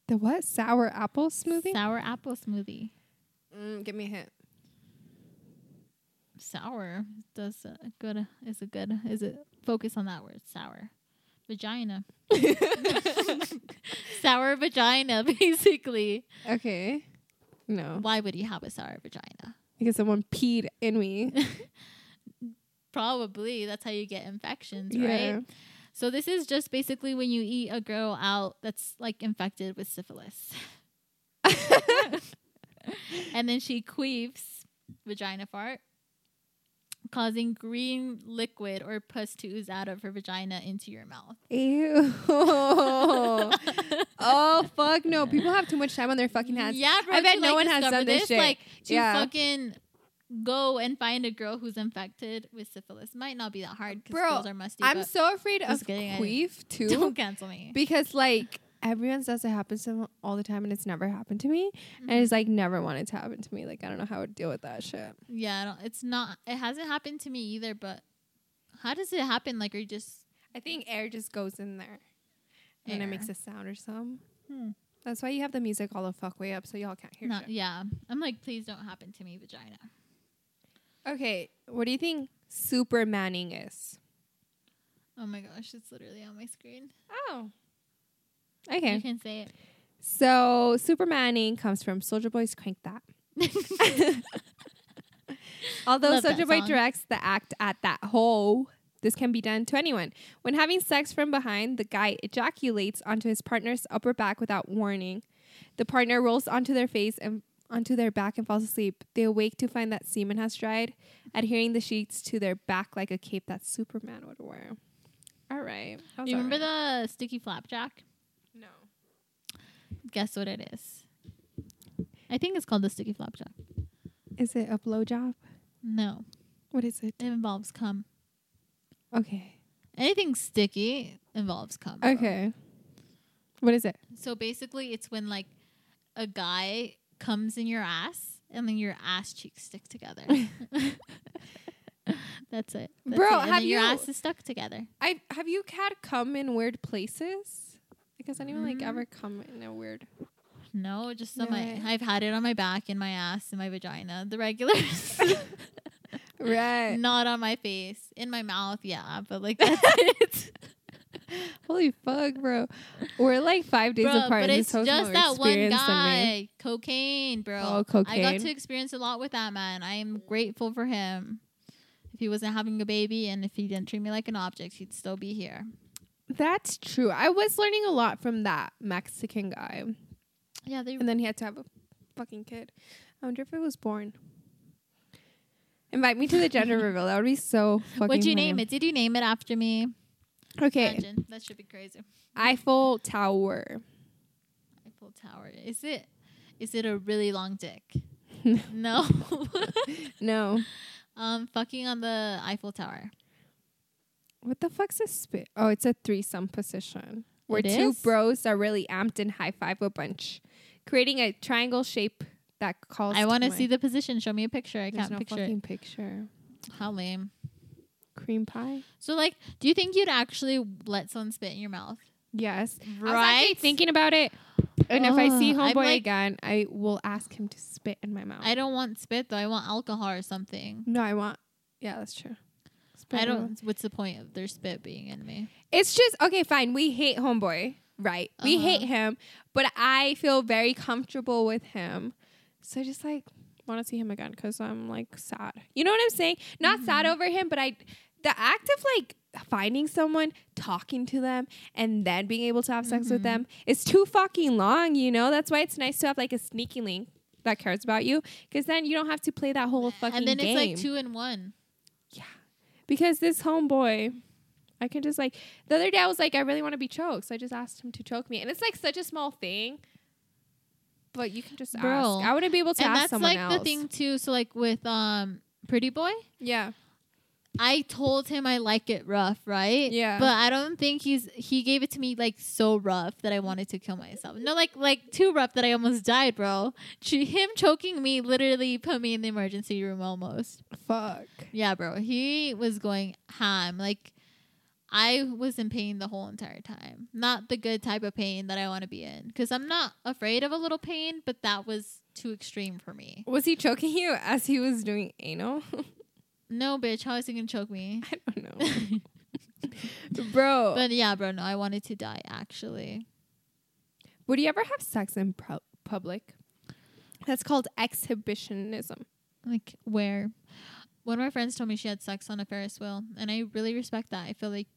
S2: The what? Sour apple smoothie?
S1: Sour apple smoothie.
S2: mm, give me a hint.
S1: Sour does a good. Is a good. Is it focus on that word? Sour, vagina. sour vagina, basically.
S2: Okay. No.
S1: Why would he have a sour vagina?
S2: Because someone peed in me.
S1: Probably that's how you get infections,
S2: Yeah.
S1: right? So this is just basically when you eat a girl out that's like infected with syphilis. and then she queefs, vagina fart, causing green liquid or pus to ooze out of her vagina into your mouth.
S2: Ew. oh fuck no. People have too much time on their fucking hands.
S1: Yeah, bro.
S2: I bet
S1: to,
S2: no
S1: like,
S2: one has
S1: discover
S2: done this shit.
S1: Like to
S2: Yeah.
S1: fucking go and find a girl who's infected with syphilis might not be that hard because
S2: Bro,
S1: girls are musty.
S2: I'm
S1: but
S2: so afraid of
S1: Just kidding, I-
S2: queef too.
S1: don't cancel me.
S2: Because like everyone says it happens to them all the time and it's never happened to me. And it's like never wanted to happen to me. Like I don't know how I would deal with that shit.
S1: Yeah, I don't, it's not. It hasn't happened to me either. But how does it happen? Like, are you just
S2: I think air just goes in there. And
S1: Air.
S2: it makes a sound or something.
S1: Hmm.
S2: That's why you have the music all the fuck way up so y'all can't hear
S1: not?
S2: shit.
S1: Yeah, I'm like, please don't happen to me, vagina.
S2: Okay, what do you think supermanning is?
S1: Oh my gosh, it's literally on my screen.
S2: Oh.
S1: You
S2: Okay.
S1: can say it.
S2: So Supermanning comes from Soldier Boy's Crank That. Although
S1: Love that
S2: Soldier Boy
S1: song.
S2: directs the act at that hole, this can be done to anyone. When having sex from behind, the guy ejaculates onto his partner's upper back without warning. The partner rolls onto their face and onto their back and falls asleep. They awake to find that semen has dried, adhering the sheets to their back like a cape that Superman would wear. All right. That was
S1: you
S2: all
S1: remember
S2: right.
S1: the sticky flapjack?
S2: No.
S1: Guess what it is. I think it's called the sticky flapjack.
S2: Is it a blowjob?
S1: No,
S2: What is it?
S1: it involves cum.
S2: Okay.
S1: Anything sticky involves cum. bro.
S2: Okay. What is it?
S1: So basically, it's when like a guy comes in your ass and then your ass cheeks stick together. That's it. That's
S2: Bro,
S1: it. And
S2: have
S1: then your
S2: you-
S1: ass is stuck together.
S2: I have you had come in weird places? Like has anyone like
S1: Mm.
S2: ever come in a weird?
S1: No, just on my.
S2: Yeah.
S1: I've had it on my back, in my ass, in my vagina, the regulars.
S2: Right.
S1: Not on my face, in my mouth, yeah, but like that's it.
S2: Holy fuck, bro. We're like five days
S1: Bro,
S2: apart.
S1: but
S2: and
S1: it's
S2: this host
S1: just
S2: more
S1: that one
S2: experienced than me.
S1: guy, cocaine, bro.
S2: Oh,
S1: I got
S2: cocaine.
S1: to experience a lot with that man. I am grateful for him. If he wasn't having a baby and if he didn't treat me like an object, he'd still be here.
S2: That's true. I was learning a lot from that Mexican guy,
S1: Yeah, they.
S2: and then he had to have a fucking kid. I wonder if it was born. Invite me to the gender reveal. That would be so fucking.
S1: What'd you
S2: funny.
S1: name it? Did you name it after me?
S2: Okay,
S1: Imagine. That should be crazy.
S2: Eiffel Tower.
S1: Eiffel Tower. Is it? Is it a really long dick? no.
S2: No. No,
S1: um, fucking on the Eiffel Tower.
S2: what the fuck's a spit? Oh, it's a threesome position where
S1: It
S2: two
S1: is?
S2: bros are really amped and high five a bunch, creating a triangle shape that calls.
S1: I want to
S2: my-
S1: see the position. Show me a picture. I
S2: There's
S1: can't
S2: no
S1: picture it.
S2: fucking picture.
S1: How lame.
S2: Cream pie.
S1: So like, do you think you'd actually let someone spit in your mouth?
S2: Yes. I was
S1: Right.
S2: actually thinking about it. And if I see
S1: Ugh, I'm
S2: homeboy
S1: like-
S2: again, I will ask him to spit in my mouth.
S1: I don't want spit though. I want alcohol or something.
S2: no, I want. Yeah, that's true. Spit
S1: I
S2: in my
S1: don't.
S2: mouth.
S1: What's the point of their spit being in me?
S2: It's just okay. Fine, we hate homeboy, right? We
S1: Uh-huh.
S2: hate him, but I feel very comfortable with him, so I just like want to see him again because I'm like sad. You know what I'm saying? Not
S1: Mm-hmm.
S2: sad over him, but I the act of like finding someone, talking to them, and then being able to have sex with
S1: Mhm.
S2: them is too fucking long. You know that's why it's nice to have like a sneaky link that cares about you because then you don't have to play that whole fucking
S1: and then it's
S2: game.
S1: like two in one.
S2: Because this homeboy, I can just like the other day I was like, I really want to be choked, so I just asked him to choke me, and it's like such a small thing. But you can just
S1: Bro.
S2: ask. I wouldn't be able to
S1: and
S2: ask
S1: that's
S2: someone
S1: like
S2: else.
S1: the thing too. So like with um Pretty Boy,
S2: Yeah,
S1: I told him I like it rough, right?
S2: Yeah.
S1: But I don't think he's he gave it to me like so rough that I wanted to kill myself. No, like like too rough that I almost died, bro. Ch- him choking me literally put me in the emergency room almost.
S2: fuck.
S1: Yeah, bro. He was going ham. Like I was in pain the whole entire time. Not the good type of pain that I want to be in cuz I'm not afraid of a little pain, but that was too extreme for me.
S2: Was he choking you as he was doing anal?
S1: No, bitch, how is he going to choke me?
S2: I don't know, bro.
S1: but yeah, bro, no, I wanted to die actually.
S2: would you ever have sex in pro- public? That's called exhibitionism.
S1: like where one of my friends told me she had sex on a ferris wheel and i really respect that i feel like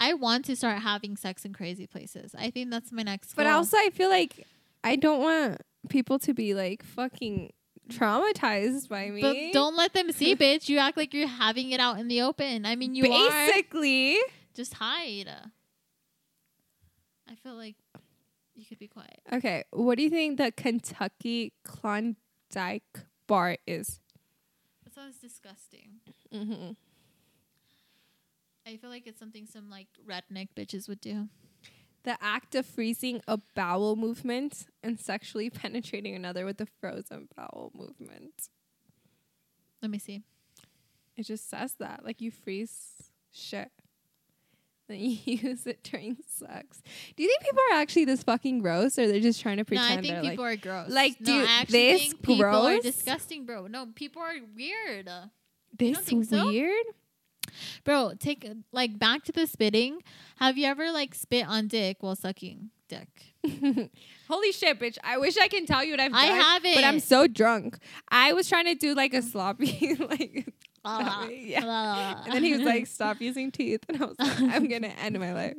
S1: i want to start having sex in crazy places i think that's my next
S2: But
S1: goal.
S2: also, I feel like I don't want people to be like fucking traumatized by me.
S1: but don't let them see bitch you act like you're having it out in the open i mean you are
S2: basically
S1: just hide i feel like you could be quiet
S2: okay what do you think the kentucky klondike bar is
S1: that sounds disgusting
S2: mm-hmm.
S1: i feel like it's something some like redneck bitches would do
S2: the act of freezing a bowel movement and sexually penetrating another with a frozen bowel movement
S1: let me see
S2: it just says that like you freeze shit then you use it during sex do you think people are actually this fucking gross or they're just trying to
S1: no
S2: pretend
S1: i think
S2: they're
S1: people
S2: like
S1: are gross
S2: like,
S1: no,
S2: dude,
S1: I actually
S2: this
S1: think people are
S2: gross?
S1: disgusting bro no people are weird
S2: this
S1: don't think so?
S2: weird
S1: Bro, take like back to the spitting. Have you ever like spit on dick while sucking dick?
S2: Holy shit, bitch. I wish I can tell you what I've done.
S1: I haven't.
S2: But I'm so drunk. I was trying to do like a sloppy, like,
S1: Ah.
S2: yeah.
S1: Ah.
S2: And then he was like, stop using teeth. And I was like, I'm going to end my life.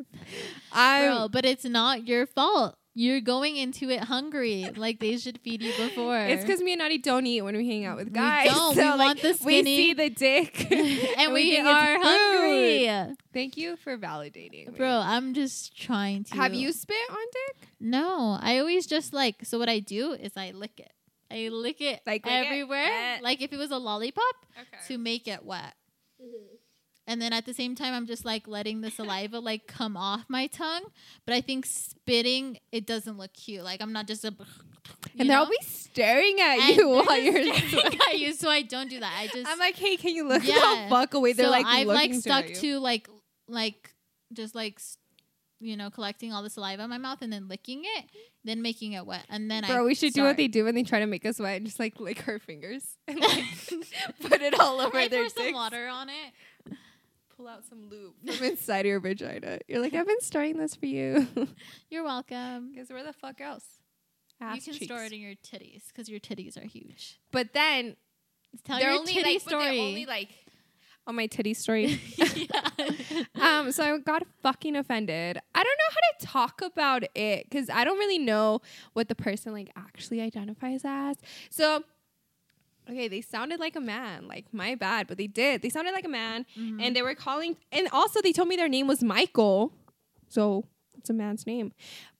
S2: I'm,
S1: Bro, but it's not your fault. You're going into it hungry. Like they should feed you before.
S2: Um, it's because me and Nadi don't eat when we hang out with guys.
S1: don't.
S2: So,
S1: We
S2: like,
S1: want the
S2: We
S1: skinny-
S2: see the dick.
S1: and we,
S2: think it's
S1: are
S2: food.
S1: hungry.
S2: Thank you for validating. me.
S1: Bro, I'm just trying to
S2: Have you spit on dick?
S1: No. I always just like so what I do is I lick it. I lick it
S2: Like, lick it?
S1: everywhere.
S2: Eh.
S1: Like if it was a lollipop,
S2: Okay.
S1: to make it wet. And then at the same time, I'm just like letting the saliva like come off my tongue. But I think spitting, it doesn't look cute. Like I'm not just a
S2: and they'll be staring at
S1: And
S2: you
S1: they're
S2: while
S1: just
S2: you're.
S1: staring at you, so I don't do that. I just
S2: I'm like, hey, can you look
S1: Yeah.
S2: the fuck away? They're
S1: so
S2: like,
S1: I've
S2: looking
S1: like stuck
S2: to.
S1: to like like just like s- you know collecting all the saliva in my mouth and then licking it, then making it wet, and then I
S2: Bro, we should do what
S1: start.
S2: they do when they try to make us wet and just like lick our fingers and like put it all over
S1: I
S2: their
S1: pour some
S2: dicks.
S1: water on it.
S2: Pull out some lube from inside your vagina. You're like, I've been storing this for you.
S1: You're welcome.
S2: Because where the fuck else?
S1: you can store it in your titties because your titties are huge.
S2: But then
S1: Tell
S2: they're
S1: Oh, your
S2: only
S1: titty
S2: like, but
S1: story.
S2: they're only like on my titty story.
S1: Yeah.
S2: um, so I got fucking offended. I don't know how to talk about it because I don't really know what the person like actually identifies as. So, okay, they sounded like a man. Like my bad, but they did. They sounded like a man,
S1: Mhm.
S2: and they were calling. And also, they told me their name was Michael. So it's a man's name.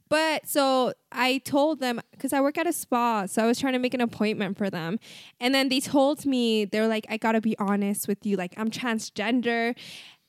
S2: But so I told them because I work at a spa, so I was trying to make an appointment for them. And then they told me they were like, I gotta be honest with you, like I'm transgender.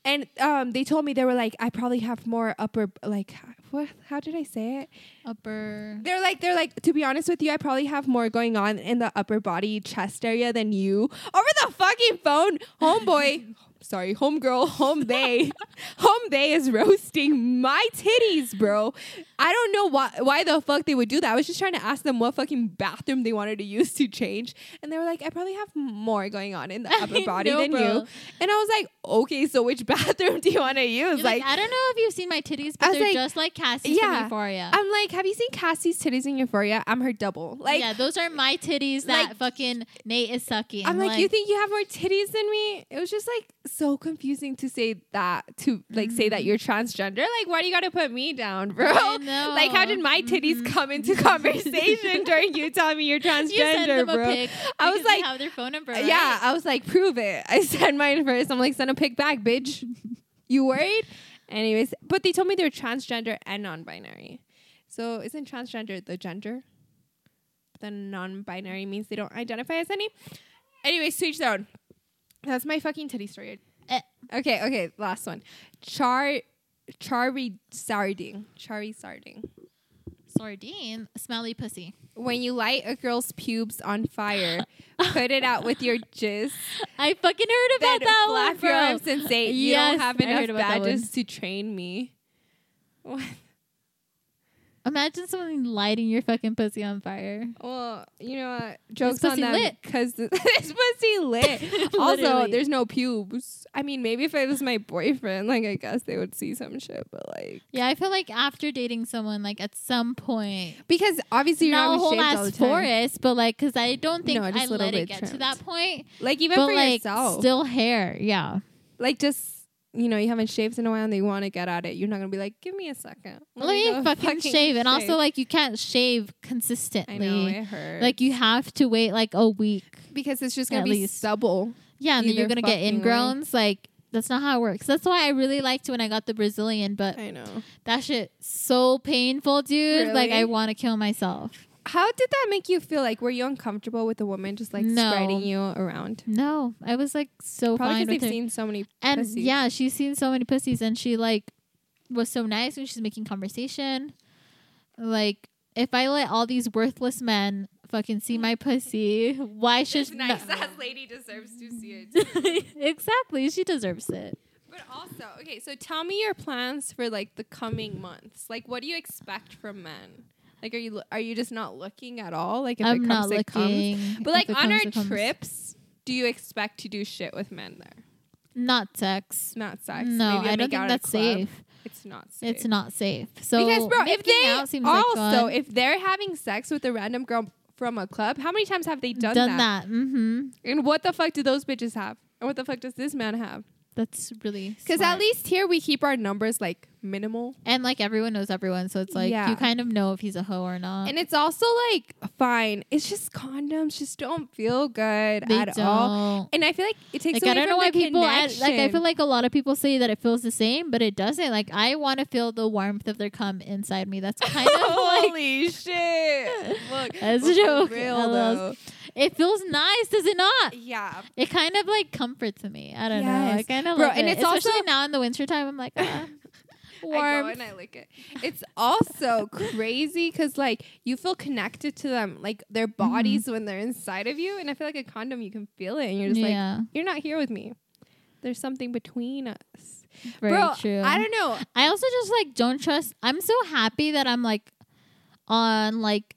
S2: And um, they told me they were like, I probably have more upper like what? How did I say it?
S1: Upper.
S2: They're like, they're like, to be honest with you, I probably have more going on in the upper body chest area than you. Over the fucking phone, homeboy. Sorry, homegirl, home bay. home bay is roasting my titties, bro. I don't know why why the fuck they would do that. I was just trying to ask them what fucking bathroom they wanted to use to change. And they were like, I probably have more going on in the upper
S1: I
S2: body
S1: know,
S2: than
S1: bro.
S2: you. And I was like, okay, so which bathroom do you want to use?
S1: You're like, I don't know if you've seen my titties, but
S2: I was
S1: they're
S2: like,
S1: just like Cassie's
S2: yeah,
S1: from Euphoria.
S2: I'm like, have you seen Cassie's titties in Euphoria? I'm her double. Like,
S1: yeah, those are my titties that
S2: like-
S1: fucking Nate is sucking.
S2: I'm like, you think you have more titties than me? It was just like so confusing to say that to like say that you're transgender. Like, why do you got to put me down, bro?
S1: Mm. I know.
S2: Like, how did my titties
S1: Mhm.
S2: come into conversation during you telling me you're transgender,
S1: you send them
S2: bro?
S1: a pic?
S2: I was
S1: because they
S2: like,
S1: have their phone number. Right?
S2: Uh, Yeah, I was like, prove it. I sent mine first. I'm like, send a pic back, bitch. you worried? Anyways, but they told me they're transgender and non-binary. So isn't transgender the gender? The non-binary means they don't identify as any. Anyway, switch their own. That's my fucking titty story.
S1: Eh.
S2: Okay, okay, last one. Char, chari sarding, chari sarding.
S1: sardine, smelly pussy.
S2: When you light a girl's pubes on fire, put it out with your jizz
S1: I fucking heard about
S2: that
S1: that
S2: flap
S1: one, bro.
S2: your arms and say you
S1: Yes,
S2: don't have
S1: I heard
S2: enough
S1: about that
S2: badges to train me. What?
S1: Imagine someone lighting your fucking pussy on fire.
S2: Well, you know what? Jokes
S1: pussy
S2: on them
S1: lit.
S2: because this pussy lit. also,
S1: Literally.
S2: there's no pubes. I mean, maybe if it was my boyfriend, like I guess they would see some shit, but like
S1: Yeah, I feel like after dating someone, like at some point,
S2: because obviously you're
S1: not
S2: not
S1: a whole
S2: shaved all the
S1: ass
S2: time.
S1: forest, but like, cause I don't think
S2: No, just
S1: I
S2: a little
S1: let it
S2: bit
S1: get to
S2: trimmed.
S1: that point.
S2: Like even
S1: but
S2: for
S1: like,
S2: yourself,
S1: still hair, yeah.
S2: like just. You know, you haven't shaved in a while and they want to get at it. You're not going to be like, give me a second.
S1: Let me
S2: go
S1: fucking, shave. And
S2: shave."
S1: also, like, you can't shave
S2: I know,
S1: consistently.
S2: it hurts.
S1: Like, you have to wait like a week.
S2: because it's just going
S1: at
S2: to be
S1: least.
S2: stubble.
S1: Yeah, and then you're
S2: Either
S1: gonna get
S2: fucking way.
S1: ingrowns. Like, that's not how it works. That's why I really liked when I got the Brazilian, but
S2: I know.
S1: that shit so painful, dude. Like, I
S2: Really?
S1: want to kill myself.
S2: How did that make you feel? Like, were you uncomfortable with a woman just like
S1: No.
S2: spreading you around?
S1: No, I was like so
S2: Probably
S1: fine
S2: because
S1: with
S2: they've
S1: her.
S2: seen so many.
S1: and
S2: pussies.
S1: yeah, she's seen so many pussies, and she like was so nice when she's making conversation. Like, if I let all these worthless men fucking see my pussy, why should no-
S2: lady deserves to see it.
S1: exactly? She deserves it.
S2: But also, okay, so tell me your plans for like the coming months. Like, what do you expect from men? Like, are you lo- are you just not looking at all? Like, if
S1: I'm
S2: it
S1: not
S2: comes, it comes.
S1: looking.
S2: But
S1: If
S2: like
S1: it
S2: on
S1: comes,
S2: our
S1: it comes.
S2: trips, do you expect to do shit with men there?
S1: not sex.
S2: It's not sex.
S1: No,
S2: Maybe a
S1: I don't
S2: make
S1: think
S2: out at a
S1: that's
S2: club.
S1: safe.
S2: It's not safe.
S1: It's not safe. So
S2: because bro, if
S1: making out
S2: they
S1: seems like
S2: also
S1: fun.
S2: if they're having sex with a random girl from a club, how many times have they done,
S1: done
S2: that?
S1: that, hmm
S2: And what the fuck do those bitches have? And what the fuck does this man have?
S1: that's really
S2: Because
S1: smart.
S2: at least here we keep our numbers like minimal,
S1: and like everyone knows everyone, so it's like
S2: Yeah.
S1: you kind of know if he's a hoe or not.
S2: and it's also like fine. It's just condoms just don't feel good
S1: they
S2: at
S1: don't.
S2: all. And I feel like it takes
S1: Like
S2: away
S1: I don't
S2: from
S1: know why
S2: the
S1: people I,
S2: connection.
S1: like. I feel like a lot of people say that it feels the same, but it doesn't. Like I want to feel the warmth of their cum inside me. That's kind of
S2: Oh.
S1: like
S2: holy shit. Look,
S1: That's a
S2: but for
S1: joke.
S2: real,
S1: I love-
S2: though.
S1: it feels nice, does it not?
S2: Yeah,
S1: It kind of like comforts me. I don't know. I
S2: Yes.
S1: kind of
S2: Bro,
S1: love
S2: and
S1: it.
S2: it's also-
S1: especially now in the wintertime. I'm like, ah.
S2: I go
S1: warmth.
S2: and I lick it. It's also crazy because like you feel connected to them, like their
S1: Mm-hmm.
S2: bodies when they're inside of you. And I feel like a condom, you can feel it, and you're just like,
S1: yeah,
S2: you're not here with me. There's something between us,
S1: very
S2: bro.
S1: true.
S2: I don't know.
S1: I also just like don't trust. I'm so happy that I'm like on like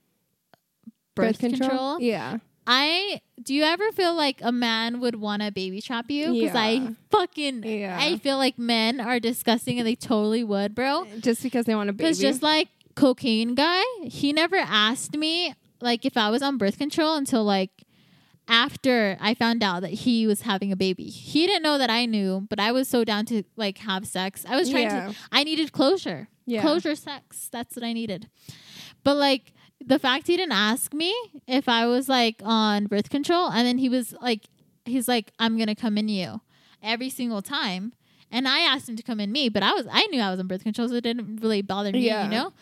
S1: birth, control.
S2: Yeah.
S1: I do you ever feel like a man would want to baby trap you? Because
S2: Yeah.
S1: I fucking
S2: Yeah.
S1: I feel like men are disgusting and they totally would, bro.
S2: Just because they want a baby.
S1: Because just like cocaine guy, he never asked me like if I was on birth control until like after I found out that he was having a baby. He didn't know that I knew, but I was so down to like have sex. I was trying
S2: Yeah.
S1: to I needed closure.
S2: Yeah.
S1: Closure sex. That's what I needed. But like the fact he didn't ask me if I was like on birth control and then he was like he's like, I'm gonna come in you every single time. And I asked him to come in me, but I was I knew I was on birth control, so it didn't really bother me,
S2: Yeah.
S1: you know?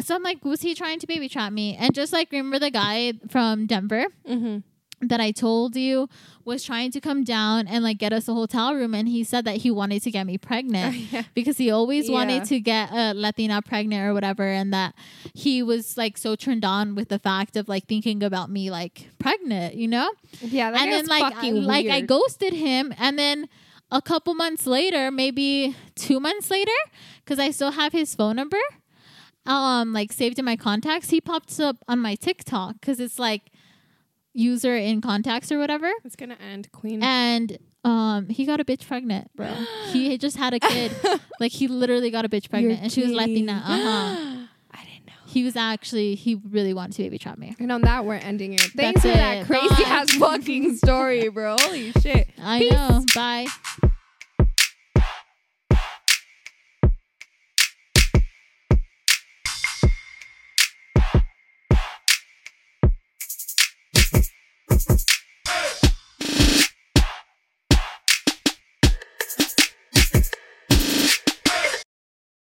S1: So I'm like, was he trying to baby trap me? And just like remember the guy from Denver
S2: mm-hmm.
S1: that I told you was trying to come down and like get us a hotel room and he said that he wanted to get me pregnant because he always
S2: Yeah.
S1: wanted to get a Latina pregnant or whatever, and that he was like so turned on with the fact of like thinking about me like pregnant, you know.
S2: Yeah, that
S1: and then like I, like I ghosted him, and then a couple months later, maybe two months later, because I still have his phone number, um, like saved in my contacts. He pops up on my TikTok because it's like user in contacts or whatever
S2: It's gonna end, Queen.
S1: and um he got a bitch pregnant bro he had just had a kid like he literally got a bitch pregnant and she was latina uh-huh
S2: I didn't know.
S1: he was actually he really wanted to baby trap me
S2: And on that, we're ending it. Thanks
S1: That's
S2: for that
S1: it.
S2: crazy
S1: Bye.
S2: ass fucking story, bro. Holy shit.
S1: i
S2: Peace.
S1: know bye